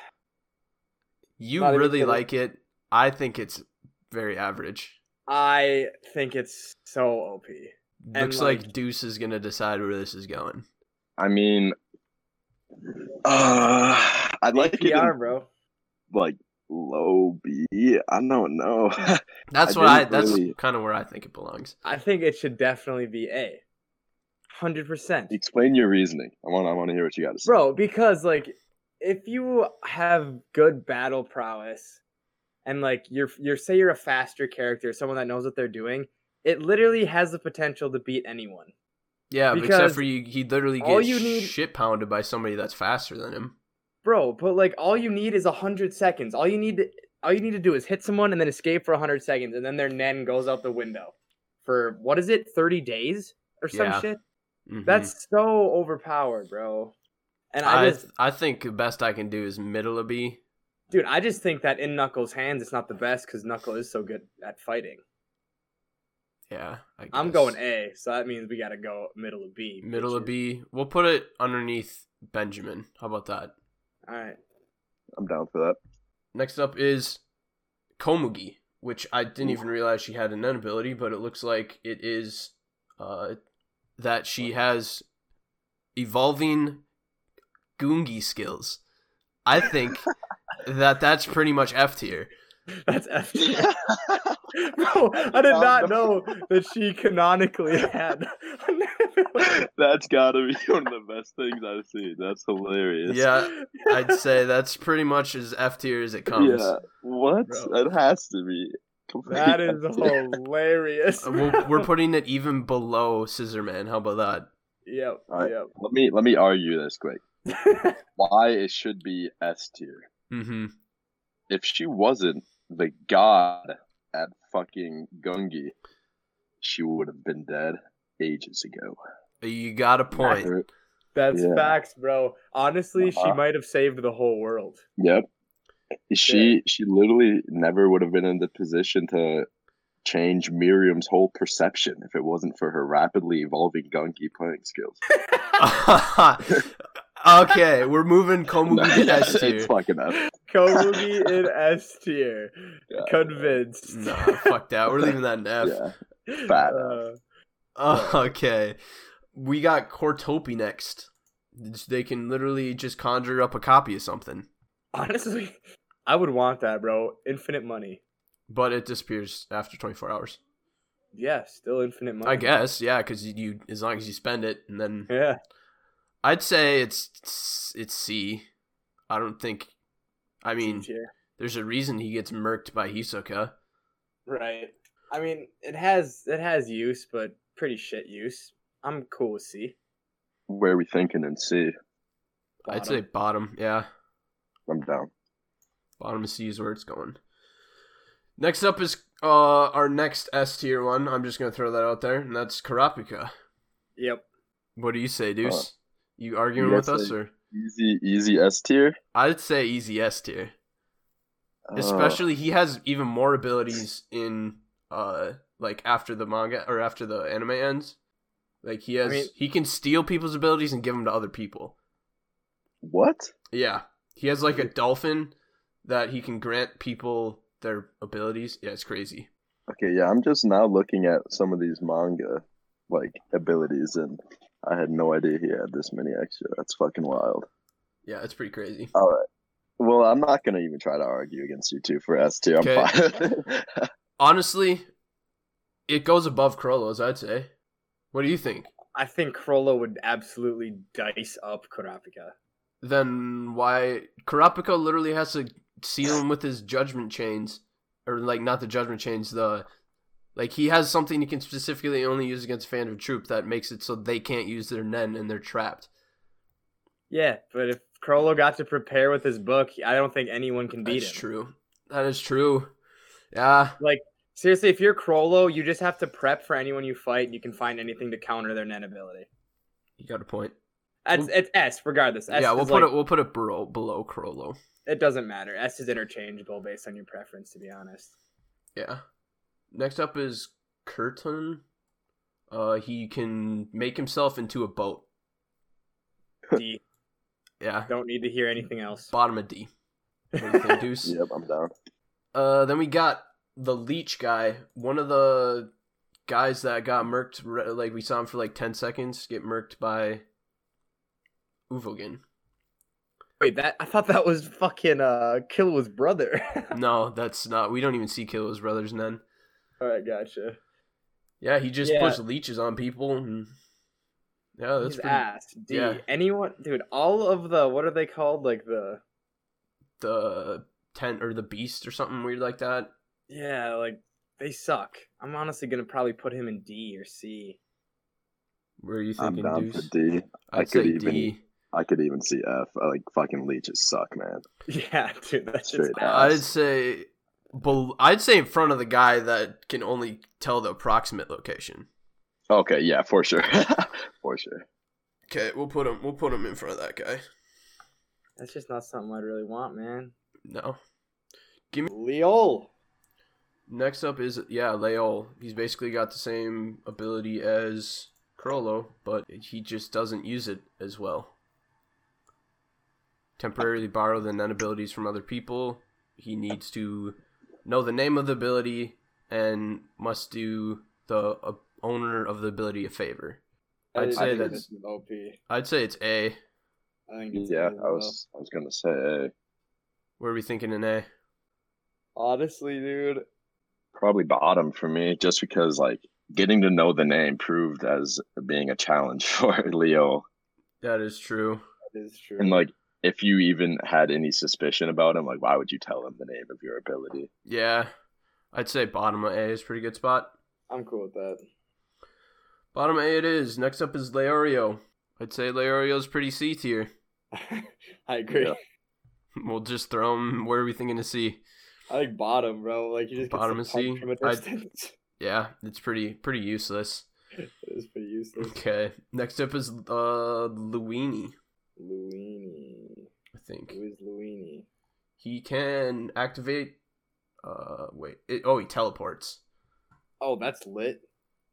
You
Not even
really
kidding.
like it. I think it's very average.
I think it's so OP. And,
Looks like,
like-
Deuce is gonna decide where this is going.
I mean, uh, I'd like it in,
APR, bro.
like low B. I don't know.
That's
I
what I.
didn't
That's
really-
kind of where I think it belongs.
I think it should definitely be A. Hundred percent.
Explain your reasoning. I want, I want to hear what you got to say.
Bro, because like if you have good battle prowess and like you're you're say you're a faster character, someone that knows what they're doing, it literally has the potential to beat anyone.
Yeah, but except
Because
for you, he literally
all
gets
you need-
shit pounded by somebody that's faster than him.
Bro, but like all you need is 100 seconds. All you need to, all you need to do is hit someone and then escape for 100 seconds and then their nen goes out the window for what is it? 30 days or some
Yeah.
shit.
Mhm.
That's so overpowered, bro. And I,
I.
just
I think the best I can do is middle of B.
dude, I just think that in Knuckles' hands it's not the best cuz Knuckle is so good at fighting.
Yeah, I guess.
I'm going A, so that means we got to go middle of B.
middle of B. We'll put it underneath Benjamin. How about that?
All right.
I'm down for that.
Next up is Komugi, which I didn't even realize she had an ability, but it looks like it is uh, that she has evolving Goongi skills. I think that that's pretty much F tier.
That's F. Bro, I did not know that she canonically had.
That's gotta be one of the best things I've seen. That's hilarious.
Yeah, I'd say that's pretty much as F tier as it comes.
Yeah. What?
Bro.
It has to be. Complete
That is
has to-
hilarious.
Uh, We're, we're putting it even below Scissor Man. How about that?
yep.
All right. Let me let me argue this quick.
Yep.
Why it should be S tier.
Mm-hmm.
If she wasn't the god at fucking Gungi, she would have been dead ages ago.
You got a point.
Her-
That's
Yeah.
facts, bro. Honestly, she
Uh-huh.
might have saved the whole world.
Yep. She she literally never would have been in the position to change Miriam's whole perception if it wasn't for her rapidly evolving Gungi playing skills.
okay, we're moving Komugi to S tier.
it's fucking up.
Komugi in S tier.
Yeah.
Convinced.
Nah, fuck that. We're leaving that in F.
Yeah. badass.
Uh,
Okay. We got Cortopi next. They can literally just conjure up a copy of something,
honestly, I would want that, bro. Infinite money.
but it disappears after 24 hours.
Yeah, still infinite money.
I guess, yeah, because you, you as long as you spend it, and then
Yeah.
I'd say it's it's C. I don't think. I mean,
Tier.
there's a reason he gets murked by Hisoka.
Right. I mean, it has it has use, but pretty shit use. I'm cool with C.
Where are we thinking in C?
I'd say bottom. Yeah,
I'm down.
bottom of C is where it's going. Next up is uh our next S tier one. I'm just gonna throw that out there, and that's Karapika.
Yep.
What do you say, Deuce? you arguing
yeah,
with us
so-
or?
Easy, easy S tier.
I'd say easy S tier.
Uh,
Especially he has even more abilities in uh like after the manga or after the anime ends. Like he has
mean-
he can steal people's abilities and give them to other people.
what?
Yeah. He has like a dolphin that he can grant people their abilities. Yeah, it's crazy.
Okay, yeah, I'm just now looking at some of these manga like abilities, and I had no idea he had this many extra. That's fucking wild.
Yeah, it's pretty crazy.
Well, I'm not gonna even try to argue against you two for S tier. I'm
Okay.
fine.
Honestly, it goes above Krollo's, I'd say. What do you think?
I think Krollo would absolutely dice up Kurapika.
then why Karapika literally has to seal him with his judgment chains, or like not the judgment chains, the like he has something he can specifically only use against fan of troop that makes it so they can't use their nen and they're trapped.
Yeah, but if Krollo got to prepare with his book, I don't think anyone can beat
That's
him.
true. That is true. Yeah,
Seriously, if you're Krollo, you just have to prep for anyone you fight, and you can find anything to counter their net ability.
you got a point.
That's
Well-
it's S, regardless. S
yeah,
is
we'll put
like-
it. We'll put it below below Crollo.
It doesn't matter. S is interchangeable based on your preference, to be honest.
Yeah. Next up is Curtin. Uh, he can make himself into a boat.
D.
Yeah,
Don't need to hear anything else.
bottom of D. What do you think, Deuce?
yep, I'm down.
Uh, then we got the leech guy, one of the guys that got murked. re- Like we saw him for like ten seconds get murked by Uvogin.
Wait, that I thought that was fucking uh Kill's brother.
No, that's not. We don't even see Killo's brothers then.
All right, gotcha.
Yeah, he just
Yeah.
puts leeches on people. And... Yeah,
Oh,
that's
He's
pretty.
ass. D.
yeah.
Anyone, dude. All of the what are they called? Like the
The tent or the beast or something weird like that.
yeah, like they suck. I'm honestly gonna probably put him in D or C.
Where are you
I'm
thinking,
down for
Deuce?
D. I
I'd
could
say
even-
D.
I could even see F. I, Like fucking leeches suck, man.
Yeah, dude. That's just
Straight up.
I'd say, bel- I'd say in front of the guy that can only tell the approximate location.
Okay, yeah, for sure, for sure.
Okay, we'll put him. We'll put him in front of that guy.
that's just not something I'd really want, man.
No.
Leol.
Next up is yeah, Leol. He's basically got the same ability as Krollo, but he just doesn't use it as well. Temporarily borrow the nun abilities from other people. He needs to know the name of the ability and must do the uh, owner of the ability a favor. I'd
say
think
that's-
this is OP.
I'd say it's A.
I think it's
Yeah,
A as
I was, I was gonna say A.
What are we thinking in A?
well. honestly, dude.
probably bottom for me, just because like getting to know the name proved as being a challenge for Leo
That is true.
That is true.
And like, if you even had any suspicion about him, like, why would you tell him the name of your ability?
Yeah. I'd say bottom of A is a pretty good spot.
I'm cool with that.
Bottom A it is. Next up is Leorio. I'd say Leorio's pretty C tier.
I agree.
Yeah.
We'll just throw him. Where are we thinking to C?
I like bottom, bro. Like you just
Bottom
get
is
some
C.
punch from a
I'd-
distance.
Yeah, it's pretty pretty useless.
It is pretty useless.
Okay. Next up is uh Luini.
Luini.
I think
Who is Luini?
he can activate. Uh, wait. It, oh, he teleports.
Oh, that's lit.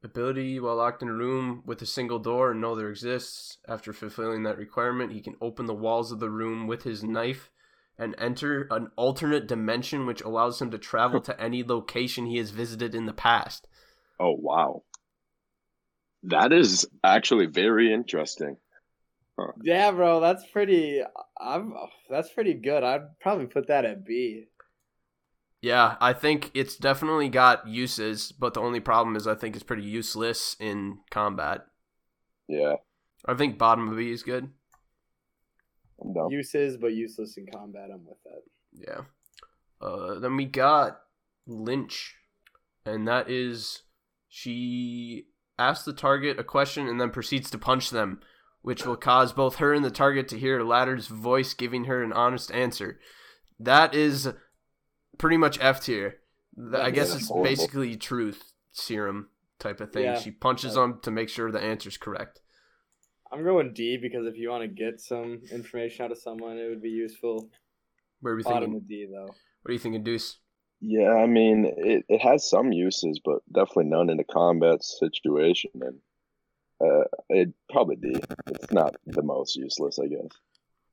Ability while locked in a room with a single door and no other exists. After fulfilling that requirement, he can open the walls of the room with his knife and enter an alternate dimension which allows him to travel to any location he has visited in the past.
Oh, wow. That is actually very interesting.
Yeah, bro. That's pretty. I'm. That's pretty good. I'd probably put that at B.
Yeah, I think it's definitely got uses, but the only problem is I think it's pretty useless in combat.
Yeah.
I think bottom of B is good.
I'm
Oh.
down.
Uses but useless in combat. I'm with that.
Yeah. Uh, then we got Lynch, and that is she asks the target a question and then proceeds to punch them, which will cause both her and the target to hear a latter's voice giving her an honest answer. That is pretty much F tier. Th- I
Yeah,
guess
that's
it's
horrible.
basically truth serum type of thing.
Yeah.
She punches them to make sure the answer's correct.
I'm going D because if you want to get some information out of someone, it would be useful.
What are you
Bottom
thinking?
of D though.
What are you thinking, Deuce?
Yeah, I mean, it, it has some uses, but definitely none in a combat situation. And uh, it probably D. It's not the most useless, I guess.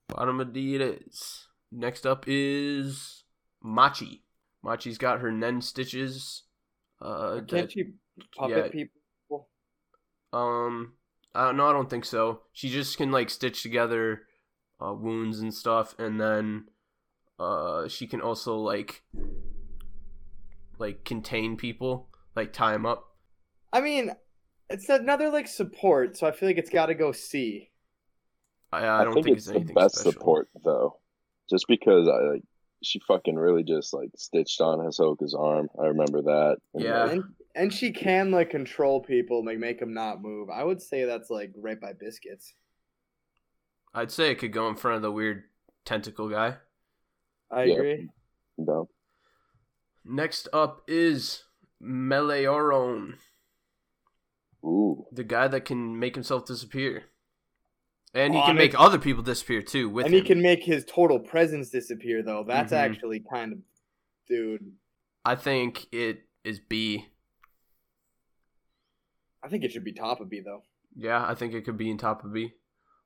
Bottom of D it is. Next up is Machi. Machi's got her Nen stitches. Uh, that-
Can't you puppet
yeah.
people?
um, I don't, no, I don't think so. She just can like stitch together uh, wounds and stuff, and then uh, she can also like like contain people, like tie them up.
I mean, it's another like support, so I feel like it's got to go C.
I, I don't think, it's, anything
the best
special.
support though, just because I like she fucking really just like stitched on Hisoka's arm. I remember that. And,
Yeah.
like,
And and she can like control people, like make them not move. I would say that's like right by biscuits.
I'd say it could go in front of the weird tentacle guy.
I
Yeah.
agree.
no.
Next up is Meleoron.
Ooh.
the guy that can make himself disappear, and he
Oh,
can
and
make
it-
other people disappear too. With
and
him,
he can make his total presence disappear though. That's
Mhm.
actually kind of dude.
I think it is B.
I think it should be top of B though,
Yeah, I think it could be in top of B.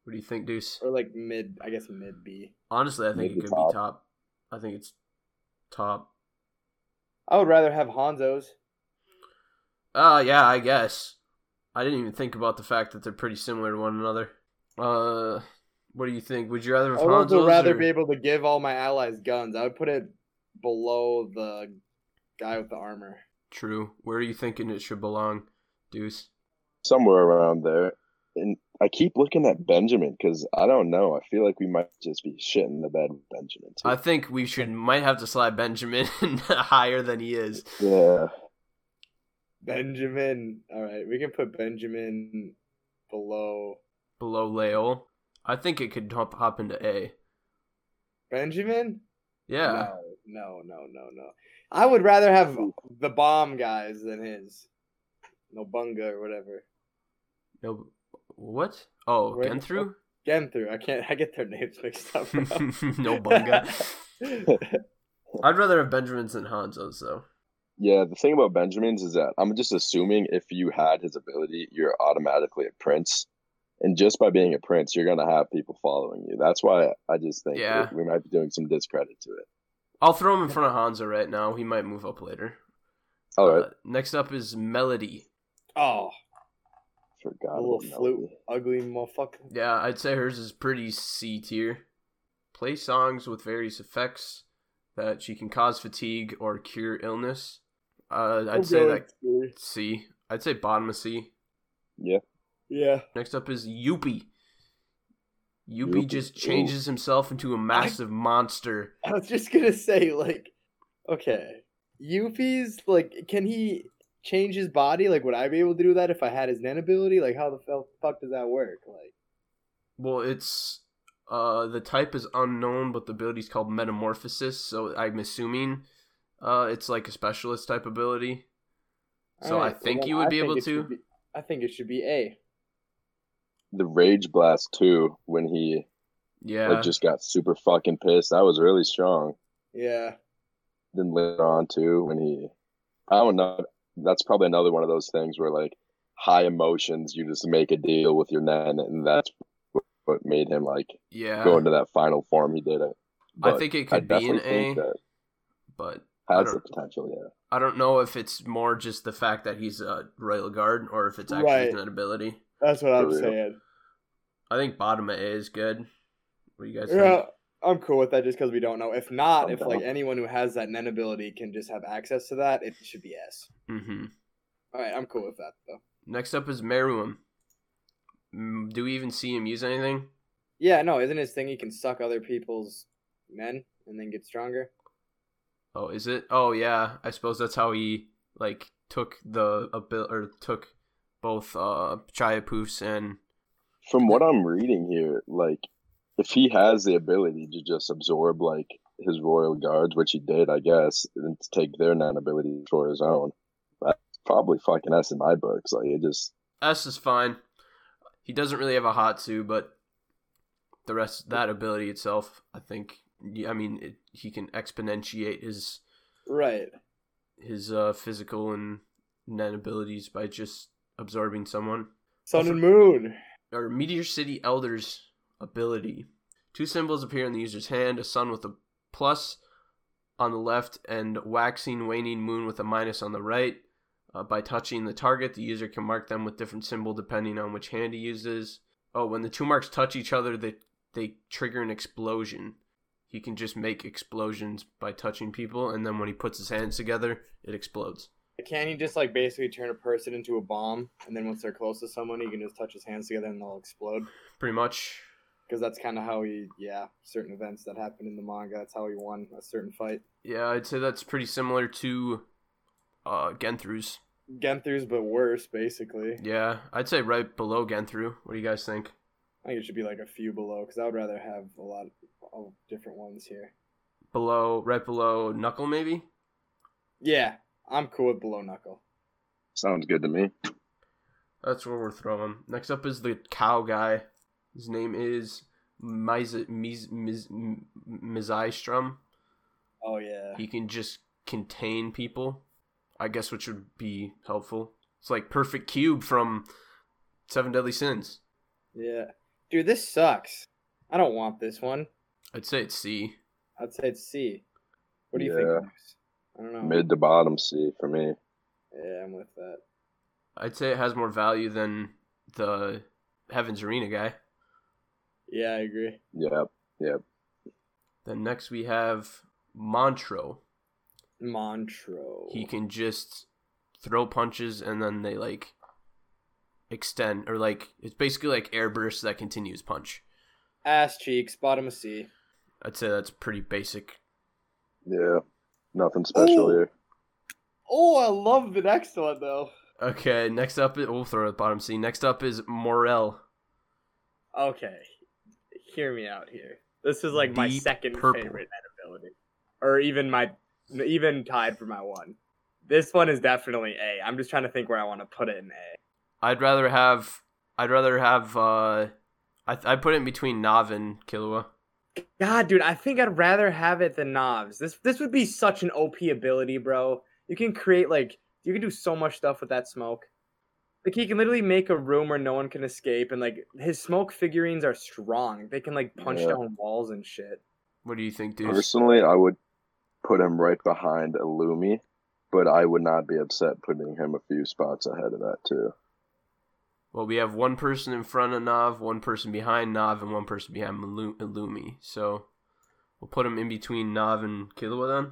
What do you think, Deuce?
or like mid. I guess mid B.
Honestly, I think
Maybe
it could
top.
be top. I think it's top.
I would rather have Hanzo's.
Uh yeah, I guess. I didn't even think about the fact that they're pretty similar to one another. Uh, what do you think? Would you rather have
I would also
Hanzo's
rather
or-
be able to give all my allies guns. I would put it below the guy with the armor.
True. Where are you thinking it should belong, Deuce?
somewhere around there. And I keep looking at Benjamin because I don't know. I feel like we might just be shitting the bed with Benjamin. Too.
I think we should might have to slide Benjamin higher than he is.
yeah,
Benjamin. All right, we can put Benjamin below
below Lael. I think it could hop, hop into A.
Benjamin.
Yeah.
No, no, no, no, no. I would rather have the bomb guys than his. No bunga or whatever.
No. what? Oh,
Wait,
Genthru?
Genthru. I can't. I get their names mixed up. bro.
no bunga. I'd rather have Benjamin's than Hanzo's though.
yeah. The thing about Benjamin's is that I'm just assuming if you had his ability, you're automatically a prince, and just by being a prince, you're gonna have people following you. That's why I just think
Yeah.
we, we might be doing some discredit to it.
I'll throw him in front of Hanzo right now. He might move up later.
All right,
Uh, next up is Melody.
oh,
forgot
a little
about
flute,
Melody.
ugly motherfucker.
Yeah, I'd say hers is pretty C tier. Play songs with various effects that she can cause fatigue or cure illness. Uh, I'd say that C. I'd say bottom of C.
Yeah.
Next up is Yuppie. Yuppie,
Yuppie.
just changes himself into a massive monster.
I was just gonna say, like, okay, Yuffie's like, can he change his body? Like, would I be able to do that if I had his nen ability? Like, how the fel- fuck does that work? Like,
Well, it's uh the type is unknown, but the ability is called metamorphosis. So I'm assuming uh it's like a specialist type ability. So I
alright, well
think
then
you would
I
be
think
able
it should
to.
be- I think it should be A.
The Rage Blast too, when he
yeah,
like just got super fucking pissed. That was really strong.
Yeah.
then later on too when he i don't know that's probably another one of those things where like high emotions you just make a deal with your nan and that's what- what made him like
yeah.
go into that final form he did it
I
But
think it
i
could be
definitely
an
think
A,
that
but I
has the
don't-
potential yeah
I don't know if it's more just the fact that he's a royal guard or if it's actually
Right.
an ability.
That's what I'm
For real.
saying.
I think bottom of A is good. What do you guys
Yeah,
think?
I'm cool with that just because we don't know. If not,
I'm
if like
down.
anyone who has that Nen ability can just have access to that, it should be S.
Mm-hmm.
All right, I'm cool with that though.
Next up is Meruem. Mm, Do we even see him use anything?
Yeah, no, isn't his thing he can suck other people's men and then get stronger?
Oh, is it? Oh, yeah. I suppose that's how he like took the abil- or took both uh Chiapoofs and
From what I'm reading here, like if he has the ability to just absorb like his royal guards, which he did, I guess, and to take their non ability for his own, that's probably fucking us in my books. Like it just
S is fine. He doesn't really have a Hatsu, but the rest that ability itself, I think. yeah, I mean, it, he can exponentiate his
Right.
his uh, physical and Nen abilities by just absorbing someone.
Sun and moon.
or Meteor City Elder's ability. Two symbols appear in the user's hand a sun with a plus on the left and waxing, waning moon with a minus on the right. Uh, by touching the target, the user can mark them with different symbol depending on which hand he uses. Oh, when the two marks touch each other, they, they trigger an explosion. He can just make explosions by touching people, and then when he puts his hands together, it explodes.
Can he just like basically turn a person into a bomb, and then once they're close to someone, he can just touch his hands together and they'll explode?
Pretty much.
Because that's kind of how he, yeah, certain events that happened in the manga. That's how he won a certain fight.
Yeah, I'd say that's pretty similar to uh, Genthru's.
Genthru's, but worse, basically.
Yeah, I'd say right below Genthru. What do you guys think?
I think it should be like a few below, because I would rather have a lot of different ones here.
Below, right below Knuckle, maybe.
Yeah, I'm cool with below knuckle.
sounds good to me.
That's where we're throwing. Next up is the cow guy. His name is Miz Miz Miz Mizystrom.
Oh yeah,
He can just contain people. I guess which would be helpful. It's like perfect cube from Seven Deadly Sins.
yeah, dude, this sucks. I don't want this one.
I'd say it's C.
I'd say it's C. What do you
Yeah.
think? Max? I don't know.
Mid to bottom C for me.
Yeah, I'm with that.
I'd say it has more value than the Heaven's Arena guy.
Yeah, I agree.
Yep.
Then next we have Montro.
Montro.
he can just throw punches and then they like extend or like it's basically like air bursts that continues punch.
ass cheeks, bottom of C.
I'd say that's pretty basic.
Yeah. Nothing
Ooh.
special here.
Oh, I love the next one though.
Okay, next up is, we'll throw it at bottom C. Next up is Morel.
Okay, hear me out here. This is like my
Deep
second
purple.
favorite net ability, or even my even tied for my one. This one is definitely A. I'm just trying to think where I want to put it in A.
I'd rather have I'd rather have uh I th- I put it in between Nav and Killua.
God, dude, I think I'd rather have it than Knobs. This this would be such an OP ability, bro. You can create like you can do so much stuff with that smoke. Like he can literally make a room where no one can escape, and like his smoke figurines are strong. They can like punch
Yeah.
down walls and shit.
What do you think, dude?
Personally, I would put him right behind Illumi, but I would not be upset putting him a few spots ahead of that too.
Well, we have one person in front of Nav, one person behind Nav, and one person behind Malu- Illumi. So we'll put him in between Nav and Killua then.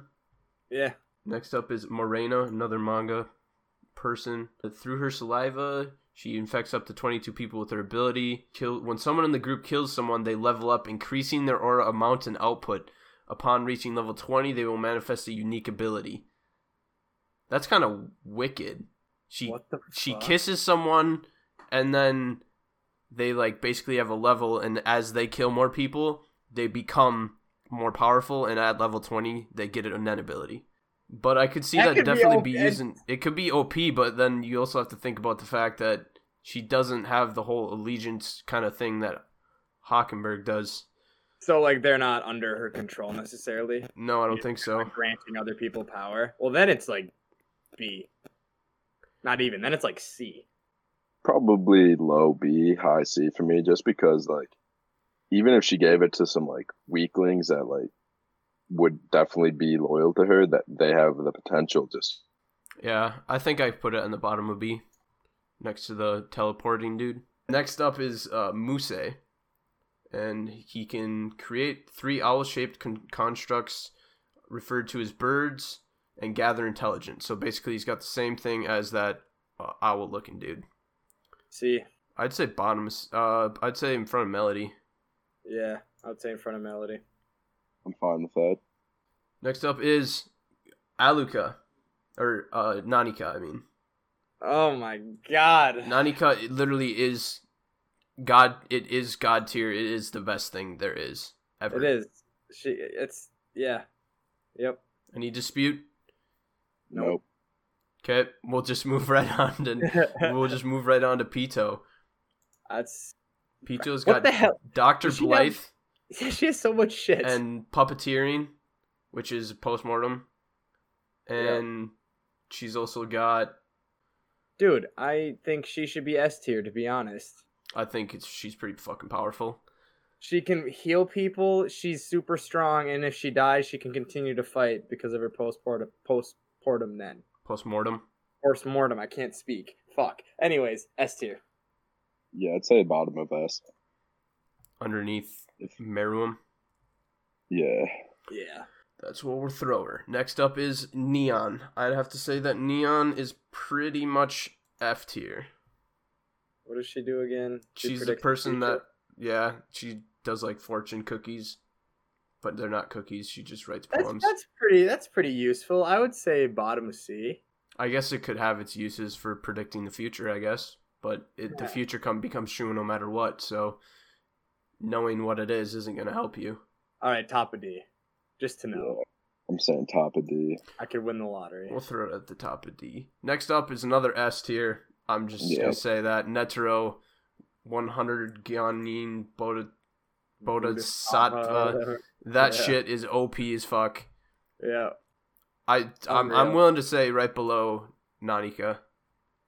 Yeah,
Next up is Morena, another manga person. Through her saliva, she infects up to 22 people with her ability. Kill when someone in the group kills someone, they level up, increasing their aura amount and output. Upon reaching level 20, they will manifest a unique ability. That's kind of wicked. She
what the
she
fuck?
kisses someone and then they like basically have a level and as they kill more people they become more powerful and at level 20 they get an Nen ability but i could see
That
that,
could be
definitely
OP.
be using it could be op but then you also have to think about the fact that she doesn't have the whole allegiance kind of thing that Hockenberg does
So like they're not under her control necessarily,
no i don't
Yeah.
think so
like, granting other people power. Well, then it's like B. Not even. Then it's like C.
Probably low B, high C for me, just because like even if she gave it to some like weaklings that like would definitely be loyal to her, that they have the potential just
Yeah, I think I put it on the bottom of B, next to the teleporting dude. Next up is uh, Muse. and he can create three owl shaped con- constructs referred to as birds and gather intelligence. So basically, he's got the same thing as that uh, owl looking dude.
See,
I'd say bottom, is- uh, I'd say in front of Melody.
yeah, I'd say in front of Melody.
I'm fine with that.
Next up is Aluka, or uh, Nanika, I mean.
Oh my god.
Nanika it literally is God, it is God tier. It is the best thing there is ever.
It is. She. It's yeah. Yep.
Any dispute?
Nope.
Nope.
Okay, we'll just move right on to we'll just move right on to Pito.
That's
Pito's
what
got
the hell.
Doctor
Does she have-
Blythe
She has so much shit.
and puppeteering, which is postmortem, and she's also got.
Dude, I think she should be S tier. To be honest,
I think it's she's pretty fucking powerful.
she can heal people. She's super strong, and if she dies, she can continue to fight because of her postpartum postpartum then
Postmortem.
postmortem. I can't speak. Fuck. Anyways, S tier.
Yeah, I'd say bottom of S.
underneath
If-
Meruem.
Yeah.
Yeah.
That's what we're thrower. Next up is Neon. I'd have to say that Neon is pretty much F tier.
What does she do again? She
She's the
predicts
person
future?
that yeah, she does like fortune cookies, but they're not cookies. She just writes
That's,
poems.
that's pretty. That's pretty useful. I would say bottom C.
I guess it could have its uses for predicting the future. I guess, but it, the
Yeah.
future come becomes true no matter what. So knowing what it is isn't going to help you.
All right, top of D. Just to know,
yeah. I'm saying top of D.
I could win the lottery.
We'll throw it at the top of D. Next up is another S tier. I'm just
Yeah.
gonna say that Netero, 100 Gyanin Boda. Bodhisattva.
Buddha-
That
Yeah.
shit is OP as fuck.
Yeah.
I I'm, I'm
Unreal.
willing to say right below Nanika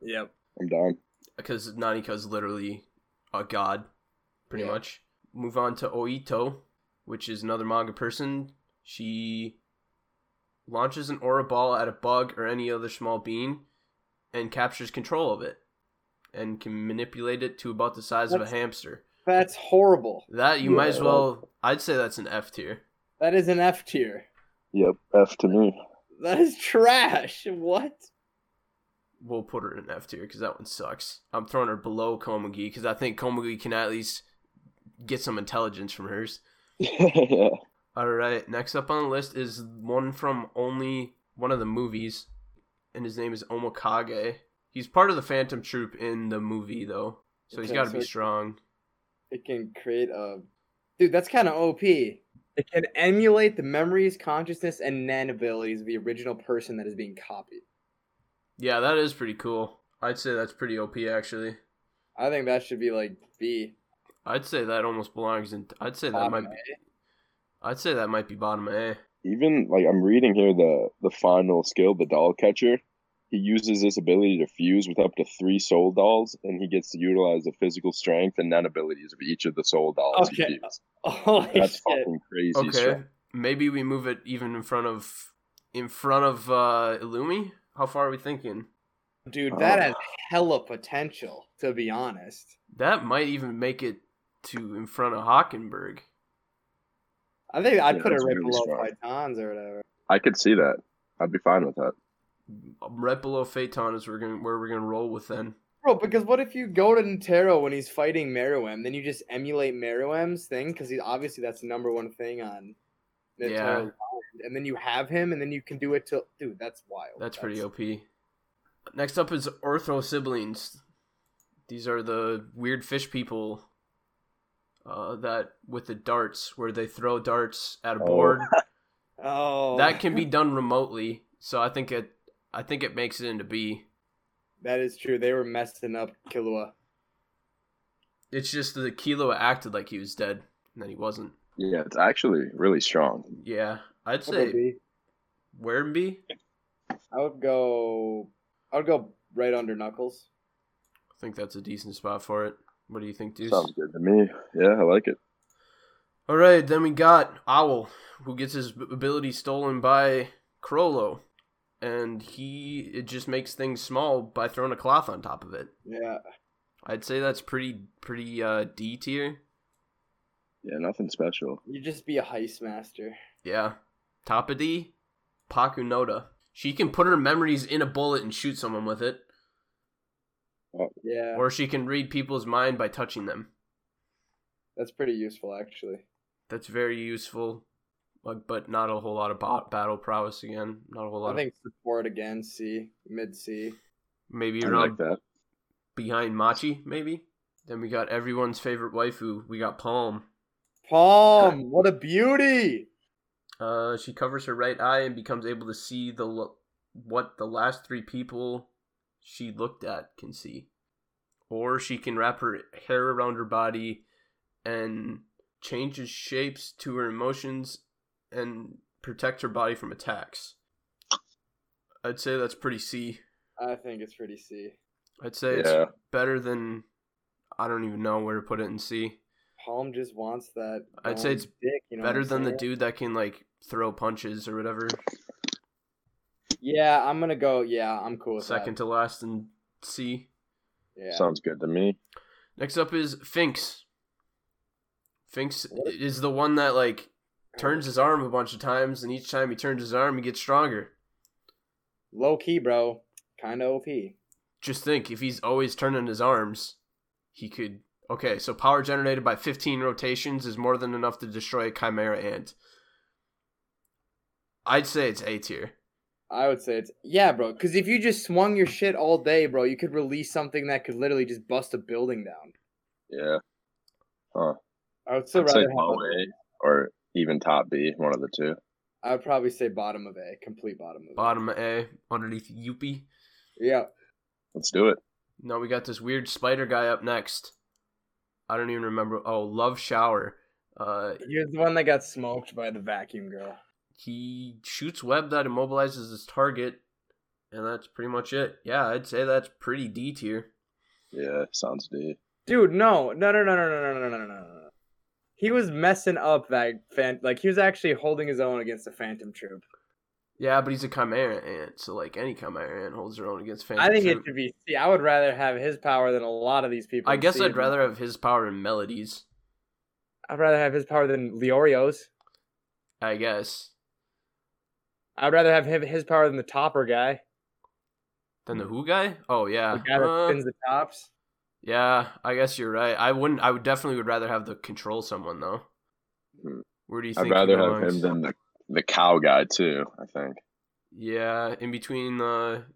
Yep.
I'm down.
because Nanika is literally a god, pretty
Yeah.
much. Move on to Oito, which is another manga person. She launches an aura ball at a bug or any other small being and captures control of it and can manipulate it to about the size of a
That's-
hamster.
That's horrible.
That you might as
Yeah.
well I'd say that's an F tier.
That is an F tier.
Yep. F to me.
That is trash. What?
We'll put her in F tier because that one sucks. I'm throwing her below Komugi because I think Komugi can at least get some intelligence from hers.
yeah.
All right. Next up on the list is one from only one of the movies, and his name is Omokage. He's part of the Phantom Troop in the movie, though, so he's
Okay,
got to
so
be
it-
strong.
It can create a. Dude, that's kind of OP. It can emulate the memories, consciousness, and nan abilities of the original person that is being copied.
Yeah, that is pretty cool. I'd say that's pretty OP, actually.
I think that should be like B.
I'd say that almost belongs in. I'd say that
bottom
might. Be, I'd say that might be bottom A.
Even like I'm reading here the the final skill, the doll catcher. He uses this ability to fuse with up to three soul dolls, and he gets to utilize the physical strength and nun abilities of each of the soul dolls. he
Okay.
fuses.
A. Holy
That's
shit.
fucking crazy.
Okay,
strength.
maybe we move it even in front of, in front of uh Illumi. How far are we thinking?
Dude, that
Oh.
has hella potential, to be honest.
That might even make it to in front of Hockenberg.
I think I'd
Yeah,
put it
that's
right
really
below
strong.
Pythons or whatever.
I could see that. I'd be fine with that.
um, right below Phaeton is we're gonna where we're gonna roll with then.
Bro, because what if you go to Nintero when he's fighting Meruem, then you just emulate Meruem's thing? Because he, obviously that's the number one thing on Nintero.
Yeah.
Land, And then you have him, and then you can do it till. Dude, that's wild.
That's pretty OP. Next up is Ortho siblings. These are the weird fish people uh, that with the darts where they throw darts at a
Oh.
board.
Oh,
That can be done remotely, so I think it I think it makes it into B.
that is true. They were messing up Killua.
It's just that the Kilo acted like he was dead, and then he wasn't.
Yeah, it's actually really strong.
Yeah, I'd
What would
say
be?
where B. I
I would go. I would go right under Knuckles.
think that's a decent spot for it. What do you think, Deuce?
Sounds good to me. Yeah, I like it.
All right, then we got Owl, who gets his b- ability stolen by Krollo, and he it just makes things small by throwing a cloth on top of it.
Yeah,
I'd say that's pretty pretty uh, D tier.
Yeah, nothing special.
You just be a heist master.
Yeah. Top of D, Pakunoda. She can put her memories in a bullet and shoot someone with it,
Yeah,
or she can read people's mind by touching them.
that's pretty useful actually.
That's very useful, but- but not a whole lot of bo- battle prowess again. Not a whole lot.
I think support again, C mid C.
of, maybe
I
around
like that.
behind Machi, maybe. Then we got everyone's favorite waifu. We got Palm.
Palm, what a beauty!
Uh, she covers her right eye and becomes able to see the lo- what the last three people she looked at can see, or she can wrap her hair around her body and changes shapes to her emotions and protect her body from attacks. I'd say that's pretty C.
I think it's pretty C.
I'd say
Yeah.
it's better than I don't even know where to put it in C.
Palm just wants that.
I'd say
long
it's
dick, you know what
better
I'm
than the
saying?
dude that can like throw punches or whatever.
Yeah, I'm gonna go. Yeah, I'm cool with
Second to last and C.
that. Yeah.
Sounds good to me.
Next up is Finks. Finks is the one that like turns his arm a bunch of times, and each time he turns his arm, he gets stronger.
low key, bro. Kind of OP.
Just think, if he's always turning his arms, he could. Okay, so power generated by 15 rotations is more than enough to destroy a chimera ant. I'd say it's A tier.
I would say it's yeah, bro. Because if you just swung your shit all day, bro, you could release something that could literally just bust a building down.
Yeah.
I would still
I'd say
rather have.
low
a-
A or even top B, one of the two.
I would probably say bottom of A, complete bottom of A.
Bottom of A, underneath Yuppie.
Yeah,
Let's do it.
No, we got this weird spider guy up next. I don't even remember. Oh, Love Shower. Uh,
you're the one that got smoked by the vacuum girl.
he shoots web that immobilizes his target, and that's pretty much it. Yeah, I'd say that's pretty D tier.
Yeah, sounds D.
Dude, no, no, no, no, no, no, no, no, no, no, no, no. He was messing up that fan. Like he was actually holding his own against the Phantom Troop.
Yeah, but he's a chimera ant, so like any chimera ant holds their own against Phantom.
I think
Troop.
it should be C. I would rather have his power than a lot of these people.
I
in
guess
C.
I'd rather have his power in melodies.
I'd rather have his power than Leorio's.
I guess
I'd rather have him, his power than the topper guy,
than the who guy. Oh yeah,
Hmm. the guy that
Uh,
spins the tops.
yeah. I guess you're right. I wouldn't. I would definitely would rather have the control someone though.
Hmm.
Where do you think?
I'd
he
rather have
belongs?
him than the, the cow guy, too, I think.
Yeah, in between the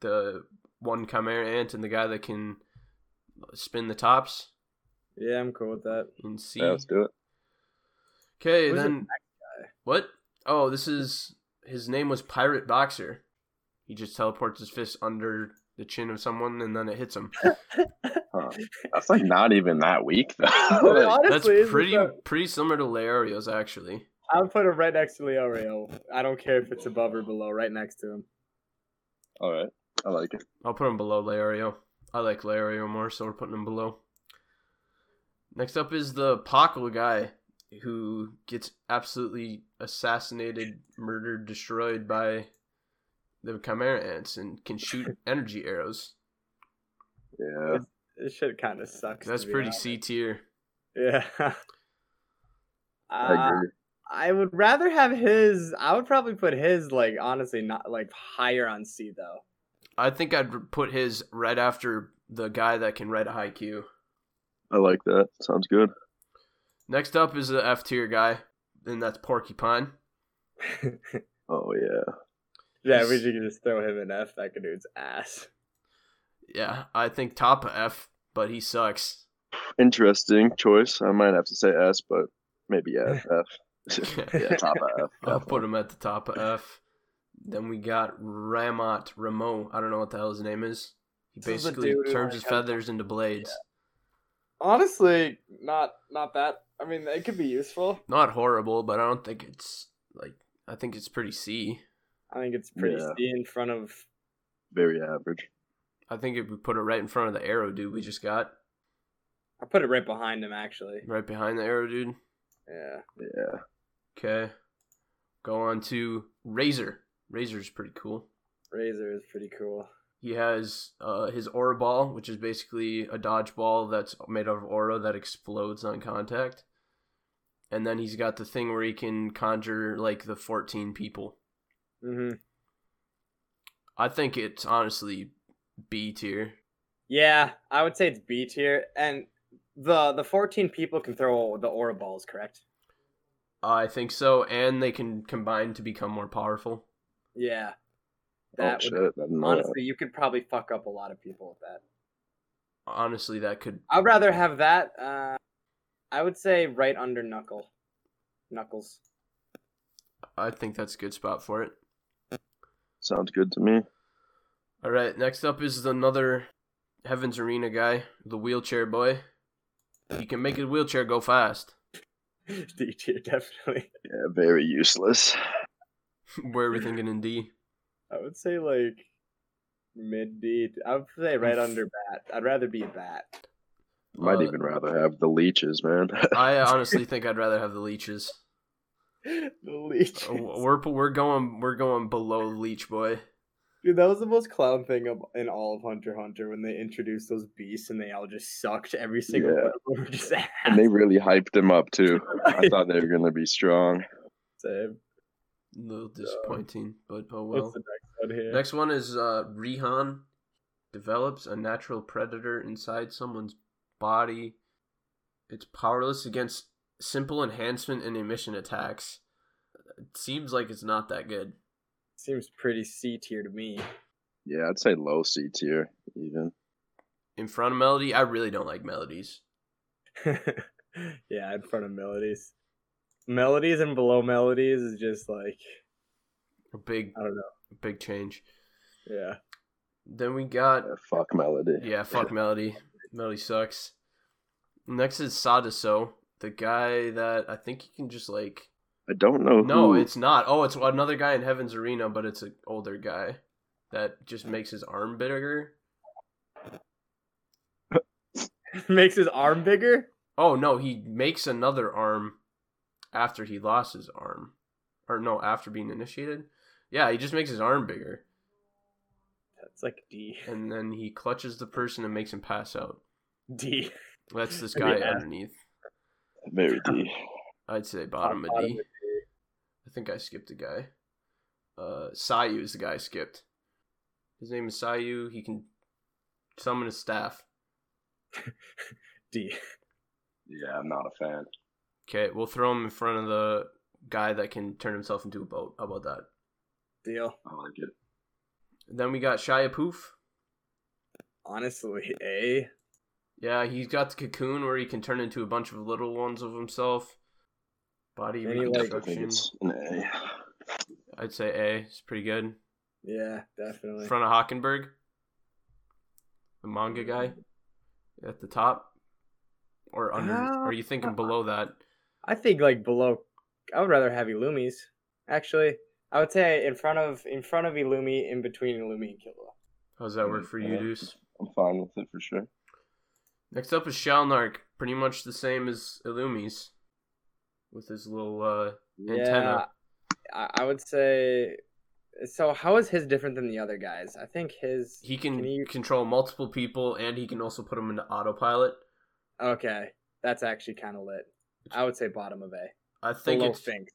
the one chimera ant and the guy that can spin the tops
Yeah, I'm cool with that.
in C.
Yeah, let's do it.
Okay,
Who's the
then what? Oh, this is his name was Pirate Boxer. He just teleports his fist under the chin of someone and then it hits him.
That's like not even that weak, though.
Honestly,
Like,
That's
it's
pretty
not-
pretty similar to Leorio's actually.
I would put him right next to Leorio. I don't care if it's above or below, right next to him.
all right. I like it.
I'll put him below Leorio. I like Leorio more, so we're putting him below. Next up is the Pockle guy, who gets absolutely assassinated, murdered, destroyed by the Chimera ants and can shoot energy arrows.
Yeah.
This shit kind of sucks.
That's
to be
pretty
honest.
C tier.
Yeah.
I
Uh,
agree.
I would rather have his. I would probably put his like honestly not like higher on C though.
I think I'd put his right after the guy that can write a haiku.
I like that. Sounds good.
Next up is the F tier guy, and that's Porcupine.
Oh, yeah.
Yeah, we should just throw him in F. That could do its ass.
Yeah, I think top of F, but he sucks.
Interesting choice. I might have to say S, but maybe yeah, F. yeah, top of F.
I'll
definitely.
put him at the top of F. Then we got Ramot Rameau. I don't know what the hell his name is. He
This is the
basically
dude who,
turns
like,
his
had-
feathers into blades.
Honestly, not not that. I mean, it could be useful.
Not horrible, but I don't think it's like I think it's pretty C.
I think it's pretty
Yeah.
C in front of.
Very average.
I think if we put it right in front of the arrow dude we just got,
I put it right behind him actually.
right behind the arrow dude.
Yeah.
Yeah.
Okay. Go on to Razor. Razor's pretty cool.
Razor is pretty cool.
He has uh, his aura ball, which is basically a dodgeball that's made out of aura that explodes on contact. and then he's got the thing where he can conjure like the 14 people.
Mm-hmm.
I think it's honestly B tier.
Yeah, I would say it's B tier, and the the 14 people can throw the aura balls, correct?
I think so, and they can combine to become more powerful.
Yeah, that
oh shit!
would
I didn't know that.
honestly, you could probably fuck up a lot of people with that.
Honestly, that could
I'd rather have that. Uh, I would say right under knuckle, knuckles.
I think that's a good spot for it.
Sounds good to me.
All right, next up is another Heaven's Arena guy, the wheelchair boy. He can make his wheelchair go fast.
D tier definitely.
Yeah, very useless.
Where are we thinking in D?
I would say like mid D. I would say right under bat. I'd rather be a bat.
Might
Uh,
even rather have the leeches, man.
I honestly think I'd rather have the leeches.
the leech.
Oh,
Uh, We're we're going we're going below leech boy.
Dude, that was the most clown thing of, in all of Hunter x Hunter when they introduced those beasts and they all just sucked. Every single
Yeah.
one of them were just ass.
and they really hyped him up too. I thought they were gonna be strong.
Same.
A little disappointing, but oh
What's
well.
the next one here?
Next one is uh, Rihan develops a natural predator inside someone's body. It's powerless against simple enhancement and emission attacks. It seems like it's not that good.
Seems pretty C tier to me.
Yeah, I'd say low C tier even.
In front of Melody, I really don't like melodies.
yeah, in front of melodies. Melodies and below melodies is just like
A big,
I don't know.
big change.
Yeah.
Then we got
Yeah, Uh, fuck melody.
Yeah, fuck Melody. Melody sucks. Next is Sadaso, the guy that I think he can just like.
I don't know.
No,
who-
it's not. Oh, it's another guy in Heaven's Arena, but it's an older guy that just makes his arm bigger.
Makes his arm bigger?
Oh no, he makes another arm after he lost his arm, or no, after being initiated. Yeah, he just makes his arm bigger,
That's like D.
and then he clutches the person and makes him pass out.
D.
That's this
Yeah.
guy underneath.
very D.
I'd say bottom, of
Bottom
D. I think I skipped a guy. Uh, Sayu is the guy I skipped. His name is Sayu. He can summon his staff.
D.
Yeah, I'm not a fan.
Okay, we'll throw him in front of the guy that can turn himself into a boat. How about that?
Deal.
I like it.
Then we got Shia Poof.
Honestly, A.
Yeah, he's got the cocoon where he can turn into a bunch of little ones of himself. Body
And he, like-
I think
reconstruction.
it's an A.
I'd say A. It's pretty good.
Yeah, definitely.
In front of Hockenberg, the manga guy at the top, or under?
Ah.
are you thinking below that?
I think like below. I would rather have Illumis. Actually, I would say in front of in front of Illumi, in between Illumi and Killua.
How does that work for you,
Yeah.
Deuce?
I'm fine with it for sure.
Next up is Shalnark, pretty much the same as Illumi's, with his little uh,
Yeah,
antenna.
I, I would say. So how is his different than the other guys? I think his.
He can,
Can he-
control multiple people, and he can also put them into autopilot.
Okay, that's actually kind of lit. I would say bottom of A.
I think
below
it's.
Sphinx.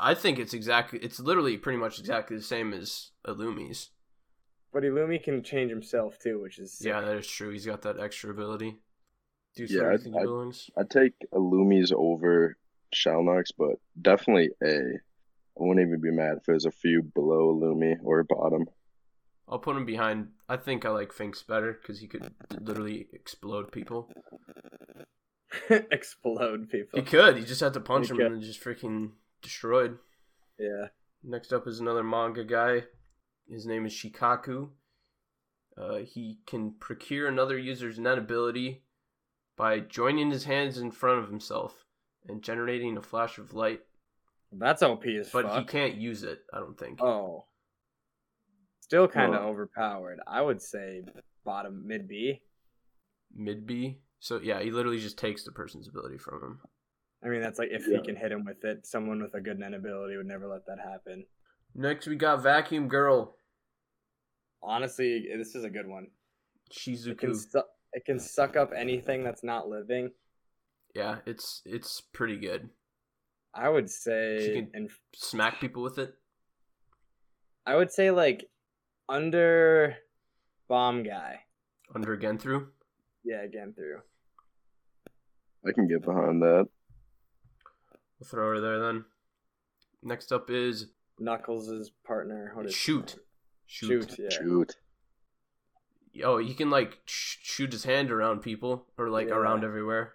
I think it's exactly. It's literally pretty much exactly the same as Illumi's.
But Illumi can change himself too, which is sick.
Yeah, that is true. He's got that extra ability. Deuce,
Yeah,
what do you
I'd-
think
I'd-
of Illumi's?
I'd take Illumi's over Shalnox, but definitely A. I wouldn't even be mad if it was a few below Illumi or bottom.
I'll put him behind. I think I like Finks better because he could literally explode people.
explode people.
He could. You just have to punch
He
him
could.
and then just freaking destroyed.
Yeah,
Next up is another manga guy. His name is Shikaku. Uh, he can procure another user's net ability by joining his hands in front of himself and generating a flash of light,
that's OP as
but
fuck.
he can't use it. I don't think.
Oh. Still kind of
Well-
overpowered. I would say bottom mid B.
Mid B. So yeah, he literally just takes the person's ability from him.
I mean, that's like if
Yeah.
he can hit him with it. Someone with a good net ability would never let that happen.
Next, we got Vacuum Girl
Honestly, this is a good one. It can,
Shizuku.
su- it can suck up anything that's not living.
Yeah, it's it's pretty good.
I would say
She can-
and
Smack people with it.
I would say like under bomb guy.
Under again through.
Yeah, again through.
I can get behind that.
We'll throw her there then. Next up is
Knuckles' partner. What is
Shoot. shoot.
Shoot. Yeah.
Shoot.
Oh, he can like sh- shoot his hand around people or like
Yeah.
around everywhere.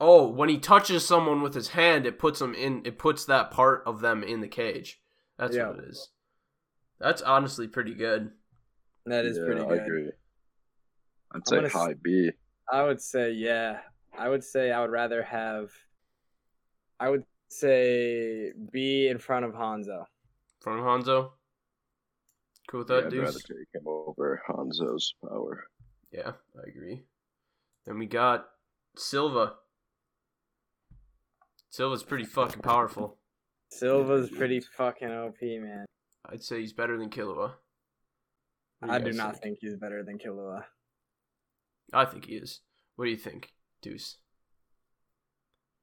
Oh, when he touches someone with his hand, it puts him in. It puts that part of them in the cage. That's
Yeah.
what it is. That's honestly pretty good.
That is
Yeah,
pretty good.
I
I,
agree.
gonna
I'd say
s-
high B.
would say yeah. I would say I would rather have. I would say be in front of Hanzo.
From Hanzo. Cool with
Yeah,
that,
I'd rather
dudes.
take him over Hanzo's power.
Yeah, I agree. Then we got Silva. Silva's pretty fucking powerful.
Silva's pretty fucking OP, man.
I'd say he's better than Killua. What
I
you
do
guys
not
think?
think he's better than Killua.
I think he is. What do you think, Deuce?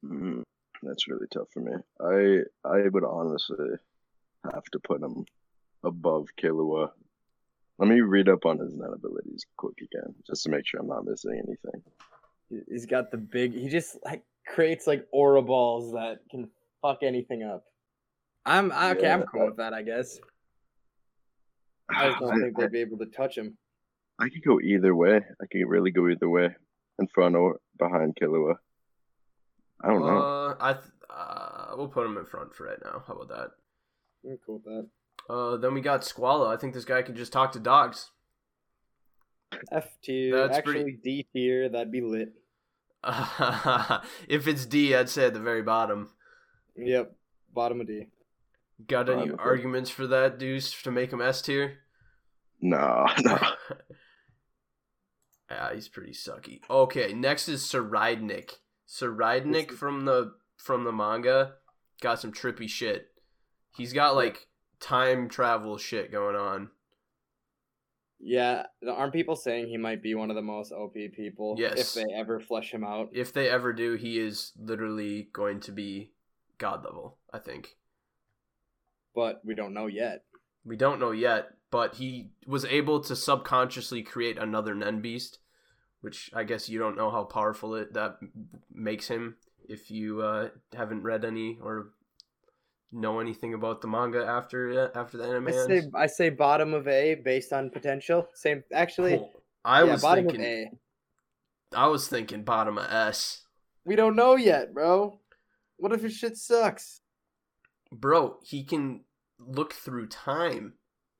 Mm, that's really tough for me. I I would honestly have to put him above Killua. Let me read up on his net abilities quick again, just to make sure I'm not missing anything.
He- He's got the big. He just like creates like aura balls that can fuck anything up. I'm okay. I'm
Yeah.
cool with that, I guess. I
I,
just don't think
I,
they'd be able to touch him.
I could go either way. I could really go either way, in front or behind Killua. I don't know.
Uh, I th- uh, we'll put him in front for right now. How about that?
I'm cool with that.
Uh, then we got Squalla. I think this guy can just talk to dogs.
F tier,
That's
actually
pretty-
D tier. That'd be lit.
if it's D, I'd say at the very bottom.
Yep, bottom of D.
Got any
Bottom.
arguments for that, Deuce, to make him S tier?
No, no.
yeah, he's pretty sucky. Okay, next is Saridnik. Saridnik
Who's-
from the from the manga got some trippy shit. He's got like time travel shit going on.
Yeah, aren't people saying he might be one of the most OP people?
Yes.
If they ever flesh him out.
If they ever do, he is literally going to be god level, I think.
But we don't know yet.
We don't know yet, but he was able to subconsciously create another Nen Beast, which I guess you don't know how powerful it that m- makes him if you uh, haven't read any or know anything about the manga after uh, after the anime.
I
ends.
say I say bottom of A based on potential. Same actually.
Cool. I
yeah,
was
bottom
thinking
of A.
I was thinking bottom of S.
We don't know yet, bro. What if his shit sucks?
Bro, he can look through time.